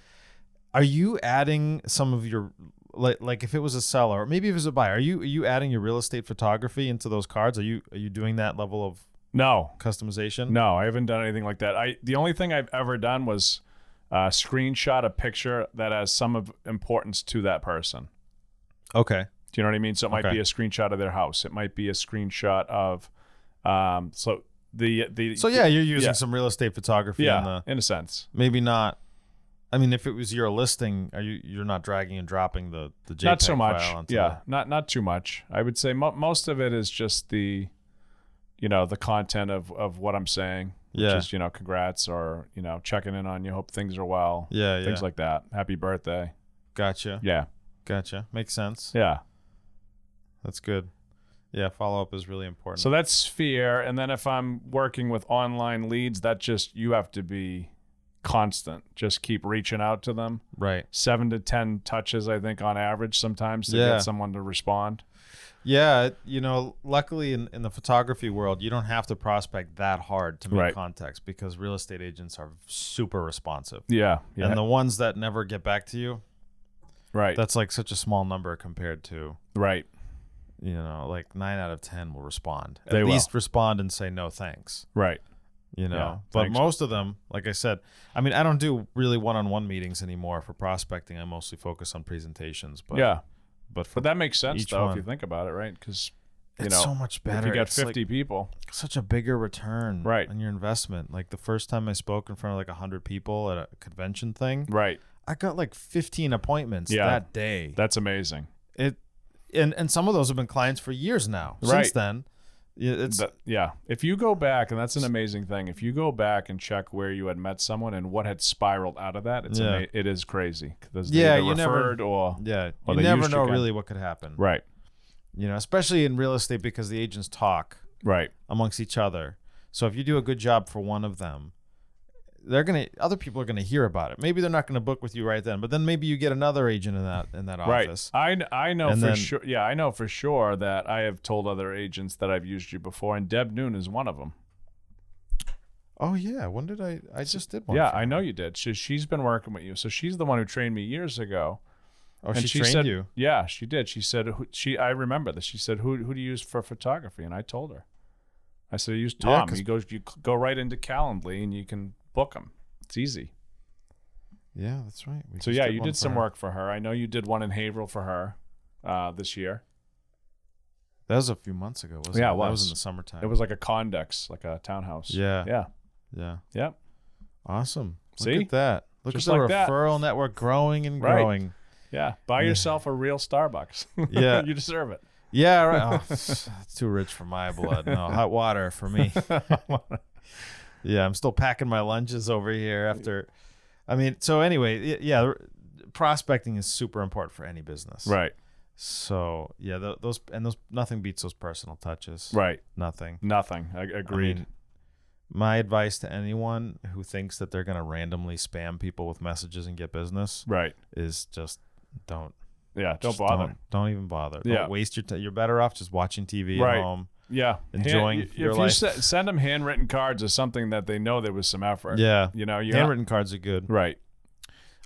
Speaker 3: are you adding some of your like like if it was a seller or maybe if it was a buyer, are you are you adding your real estate photography into those cards? Are you are you doing that level of
Speaker 2: No.
Speaker 3: customization?
Speaker 2: No, I haven't done anything like that. I the only thing I've ever done was uh, screenshot a picture that has some of importance to that person.
Speaker 3: Okay.
Speaker 2: Do you know what I mean? So it might
Speaker 3: Okay.
Speaker 2: be a screenshot of their house. It might be a screenshot of, um, so the the
Speaker 3: So yeah, you're using
Speaker 2: Yeah.
Speaker 3: some real estate photography
Speaker 2: yeah,
Speaker 3: in the
Speaker 2: in a sense.
Speaker 3: maybe not I mean, if it was your listing, are you you're not dragging and dropping the the JPEG
Speaker 2: not so much.
Speaker 3: file onto
Speaker 2: Yeah,
Speaker 3: the-
Speaker 2: not not too much. I would say mo- most of it is just the, you know, the content of of what I'm saying. which
Speaker 3: Yeah.
Speaker 2: is you know congrats or you know checking in on you, hope things are well,
Speaker 3: Yeah, yeah.
Speaker 2: things like that. Happy birthday.
Speaker 3: gotcha.
Speaker 2: Yeah,
Speaker 3: Gotcha. Makes sense.
Speaker 2: yeah.
Speaker 3: That's good. Yeah, follow up is really important.
Speaker 2: So that's sphere, and then if I'm working with online leads, that just you have to be constant. Just keep reaching out to them.
Speaker 3: right.
Speaker 2: Seven to ten touches, I think, on average, sometimes to
Speaker 3: Yeah.
Speaker 2: get someone to respond.
Speaker 3: Yeah, it- you know, luckily in, in the photography world, you don't have to prospect that hard to make
Speaker 2: Right.
Speaker 3: contacts because real estate agents are super responsive.
Speaker 2: Yeah, yeah,
Speaker 3: And the ones that never get back to you,
Speaker 2: right,
Speaker 3: that's like such a small number compared to,
Speaker 2: right.
Speaker 3: you know, like 9 out of 10 will respond.
Speaker 2: They
Speaker 3: At
Speaker 2: will.
Speaker 3: least respond and say no thanks.
Speaker 2: Right.
Speaker 3: you know
Speaker 2: Yeah,
Speaker 3: but
Speaker 2: thanks.
Speaker 3: most of them like i said i mean i don't do really one-on-one meetings anymore for prospecting i mostly focus on presentations but
Speaker 2: yeah.
Speaker 3: but for
Speaker 2: But that makes sense
Speaker 3: each
Speaker 2: though if
Speaker 3: one.
Speaker 2: you think about it, right? Because you
Speaker 3: it's
Speaker 2: know,
Speaker 3: so much better
Speaker 2: if you got
Speaker 3: It's, like,
Speaker 2: 50 people,
Speaker 3: such a bigger return
Speaker 2: Right.
Speaker 3: on your investment like the first time i spoke in front of like 100 people at a convention thing
Speaker 2: right?
Speaker 3: i got like 15 appointments
Speaker 2: Yeah.
Speaker 3: that day
Speaker 2: That's amazing.
Speaker 3: it and and some of those have been clients for years now since
Speaker 2: Right.
Speaker 3: then Yeah, it's
Speaker 2: That- yeah. If you go back, and that's an amazing thing. If you go back and check where you had met someone and what had spiraled out of that, it's
Speaker 3: Yeah.
Speaker 2: ama- it is crazy. 'Cause they
Speaker 3: Yeah,
Speaker 2: either
Speaker 3: you never-
Speaker 2: referred or
Speaker 3: yeah
Speaker 2: Well,
Speaker 3: you
Speaker 2: they
Speaker 3: never
Speaker 2: used
Speaker 3: know
Speaker 2: your guy.
Speaker 3: really what could happen
Speaker 2: right,
Speaker 3: you know especially in real estate because the agents talk
Speaker 2: right,
Speaker 3: amongst each other. So if you do a good job for one of them, they're gonna other people are gonna hear about it. Maybe they're not gonna book with you right then, but then maybe you get another agent in that in that office.
Speaker 2: right. I I know
Speaker 3: And
Speaker 2: for
Speaker 3: then-
Speaker 2: sure. Yeah, I know for sure that I have told other agents that I've used you before, and Deb Noon is one of them.
Speaker 3: Oh yeah, when did I? I just did one.
Speaker 2: yeah,
Speaker 3: for
Speaker 2: I
Speaker 3: you.
Speaker 2: know you did. She, she's been working with you, so she's the one who trained me years ago.
Speaker 3: Oh, she, trained
Speaker 2: said,
Speaker 3: you.
Speaker 2: Yeah, she did. She said who, she. I remember this. She said, "Who who do you use for photography?" And I told her, I said, "Use
Speaker 3: Yeah,
Speaker 2: Tom.
Speaker 3: 'cause-
Speaker 2: you go you c- go right into Calendly and you can book them. It's easy."
Speaker 3: Yeah, that's right. We
Speaker 2: So
Speaker 3: just
Speaker 2: yeah, you
Speaker 3: one
Speaker 2: did
Speaker 3: for
Speaker 2: some
Speaker 3: her.
Speaker 2: work for her. I know you did one in Haverhill for her uh, this year.
Speaker 3: That was a few months ago, wasn't
Speaker 2: Yeah,
Speaker 3: it?
Speaker 2: it
Speaker 3: that was
Speaker 2: was.
Speaker 3: in the summertime.
Speaker 2: It was like a condex, like a townhouse.
Speaker 3: Yeah.
Speaker 2: yeah,
Speaker 3: Yeah.
Speaker 2: yeah.
Speaker 3: Awesome. Look
Speaker 2: See?
Speaker 3: at that. Look
Speaker 2: Just
Speaker 3: at the
Speaker 2: like that.
Speaker 3: referral network growing and
Speaker 2: Right.
Speaker 3: growing.
Speaker 2: yeah. Buy
Speaker 3: Yeah.
Speaker 2: yourself a real Starbucks.
Speaker 3: Yeah.
Speaker 2: you deserve it.
Speaker 3: Yeah, right. Oh, it's too rich for my blood. No, hot water for me. yeah, I'm still packing my lunches over here after. I mean, so anyway, y- yeah, r- prospecting is super important for any business.
Speaker 2: Right,
Speaker 3: So yeah, tho- those and those nothing beats those personal touches.
Speaker 2: right.
Speaker 3: Nothing.
Speaker 2: Nothing. I,
Speaker 3: I
Speaker 2: agreed.
Speaker 3: mean, my advice to anyone who thinks that they're gonna randomly spam people with messages and get business
Speaker 2: right.
Speaker 3: is just don't
Speaker 2: Yeah. Don't
Speaker 3: just
Speaker 2: bother.
Speaker 3: Don't, don't even bother.
Speaker 2: Yeah.
Speaker 3: Don't waste your. T- you're better off just watching TV
Speaker 2: Right.
Speaker 3: at home.
Speaker 2: Yeah,
Speaker 3: enjoying
Speaker 2: Hand,
Speaker 3: your
Speaker 2: if
Speaker 3: life.
Speaker 2: you se- send them handwritten cards or something that they know there was some effort.
Speaker 3: Yeah.
Speaker 2: you know, you
Speaker 3: Handwritten cards are good.
Speaker 2: right.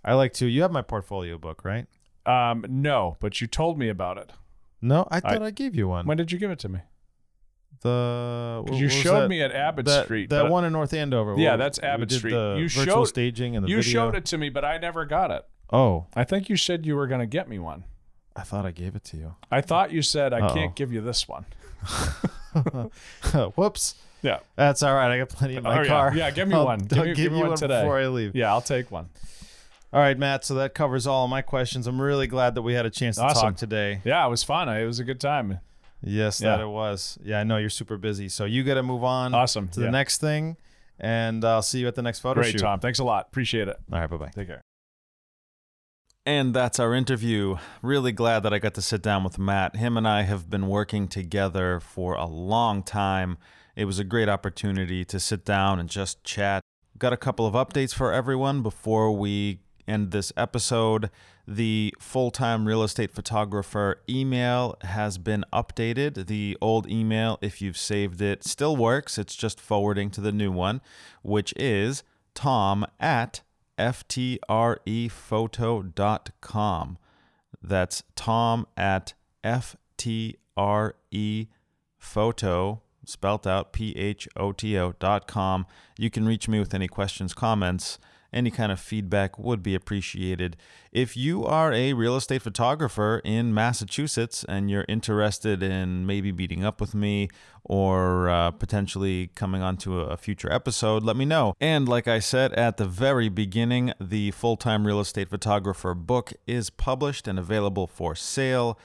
Speaker 3: I like to. You have my portfolio book, right?
Speaker 2: Um, no, but you told me about it.
Speaker 3: No, I thought I, gave you one.
Speaker 2: When did you give it to me?
Speaker 3: the what
Speaker 2: Because you
Speaker 3: was
Speaker 2: showed
Speaker 3: that?
Speaker 2: me at Abbott
Speaker 3: that,
Speaker 2: Street.
Speaker 3: That
Speaker 2: but
Speaker 3: one in North Andover.
Speaker 2: Yeah,
Speaker 3: where
Speaker 2: that's
Speaker 3: we
Speaker 2: Abbott
Speaker 3: did
Speaker 2: Street.
Speaker 3: The
Speaker 2: You
Speaker 3: virtual
Speaker 2: showed-
Speaker 3: staging and the
Speaker 2: you
Speaker 3: video.
Speaker 2: showed it to me, but I never got it.
Speaker 3: Oh,
Speaker 2: I think you said you were going to get me one.
Speaker 3: I thought I gave it to you.
Speaker 2: I thought you said I
Speaker 3: Uh-oh.
Speaker 2: can't give you this one.
Speaker 3: Whoops.
Speaker 2: Yeah.
Speaker 3: That's all right. I got plenty in my
Speaker 2: Oh, yeah.
Speaker 3: car.
Speaker 2: Yeah, give me
Speaker 3: I'll-
Speaker 2: one. Give
Speaker 3: I'll
Speaker 2: me-
Speaker 3: give
Speaker 2: give me
Speaker 3: you
Speaker 2: one
Speaker 3: one
Speaker 2: today.
Speaker 3: before I leave.
Speaker 2: Yeah, I'll take one.
Speaker 3: All right, Matt. So that covers all of my questions. I'm really glad that we had a chance to
Speaker 2: Awesome.
Speaker 3: talk today.
Speaker 2: Yeah, it was fun. It was a good time.
Speaker 3: Yes, that
Speaker 2: Yeah.
Speaker 3: it was. Yeah, I know you're super busy, so you got to move on.
Speaker 2: Awesome.
Speaker 3: To
Speaker 2: Yeah.
Speaker 3: the next thing, and I'll see you at the next photo
Speaker 2: Great,
Speaker 3: shoot.
Speaker 2: Tom. Thanks a lot. Appreciate it.
Speaker 3: All right, bye bye.
Speaker 2: Take care.
Speaker 1: And that's our interview. Really glad that I got to sit down with Matt. Him and I have been working together for a long time. It was a great opportunity to sit down and just chat. Got a couple of updates for everyone before we end this episode. The full time real estate photographer email has been updated. The old email, if you've saved it, still works. It's just forwarding to the new one, which is tom at e FTREphoto.com. That's Tom at FTREphoto, E spelt out P H O T O dot com. You can reach me with any questions, comments, any kind of feedback would be appreciated. If you are a real estate photographer in Massachusetts and you're interested in maybe meeting up with me or uh, potentially coming on to a a future episode, let me know. And like I said at the very beginning, the full time real estate photographer book is published and available for sale.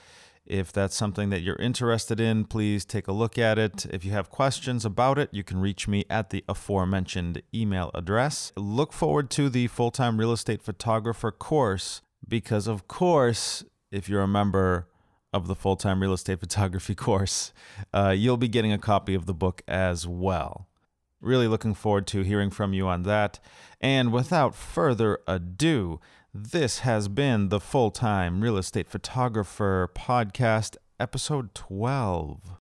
Speaker 3: If that's something that you're interested in, please take a look at it. If you have questions about it, you can reach me at the aforementioned email address. Look forward to the full time real estate photographer course because, of course, if you're a member of the full time real estate photography course, uh, you'll be getting a copy of the book as well. Really looking forward to hearing from you on that. And without further ado, this has been the Full Time Real Estate Photographer Podcast, Episode 12.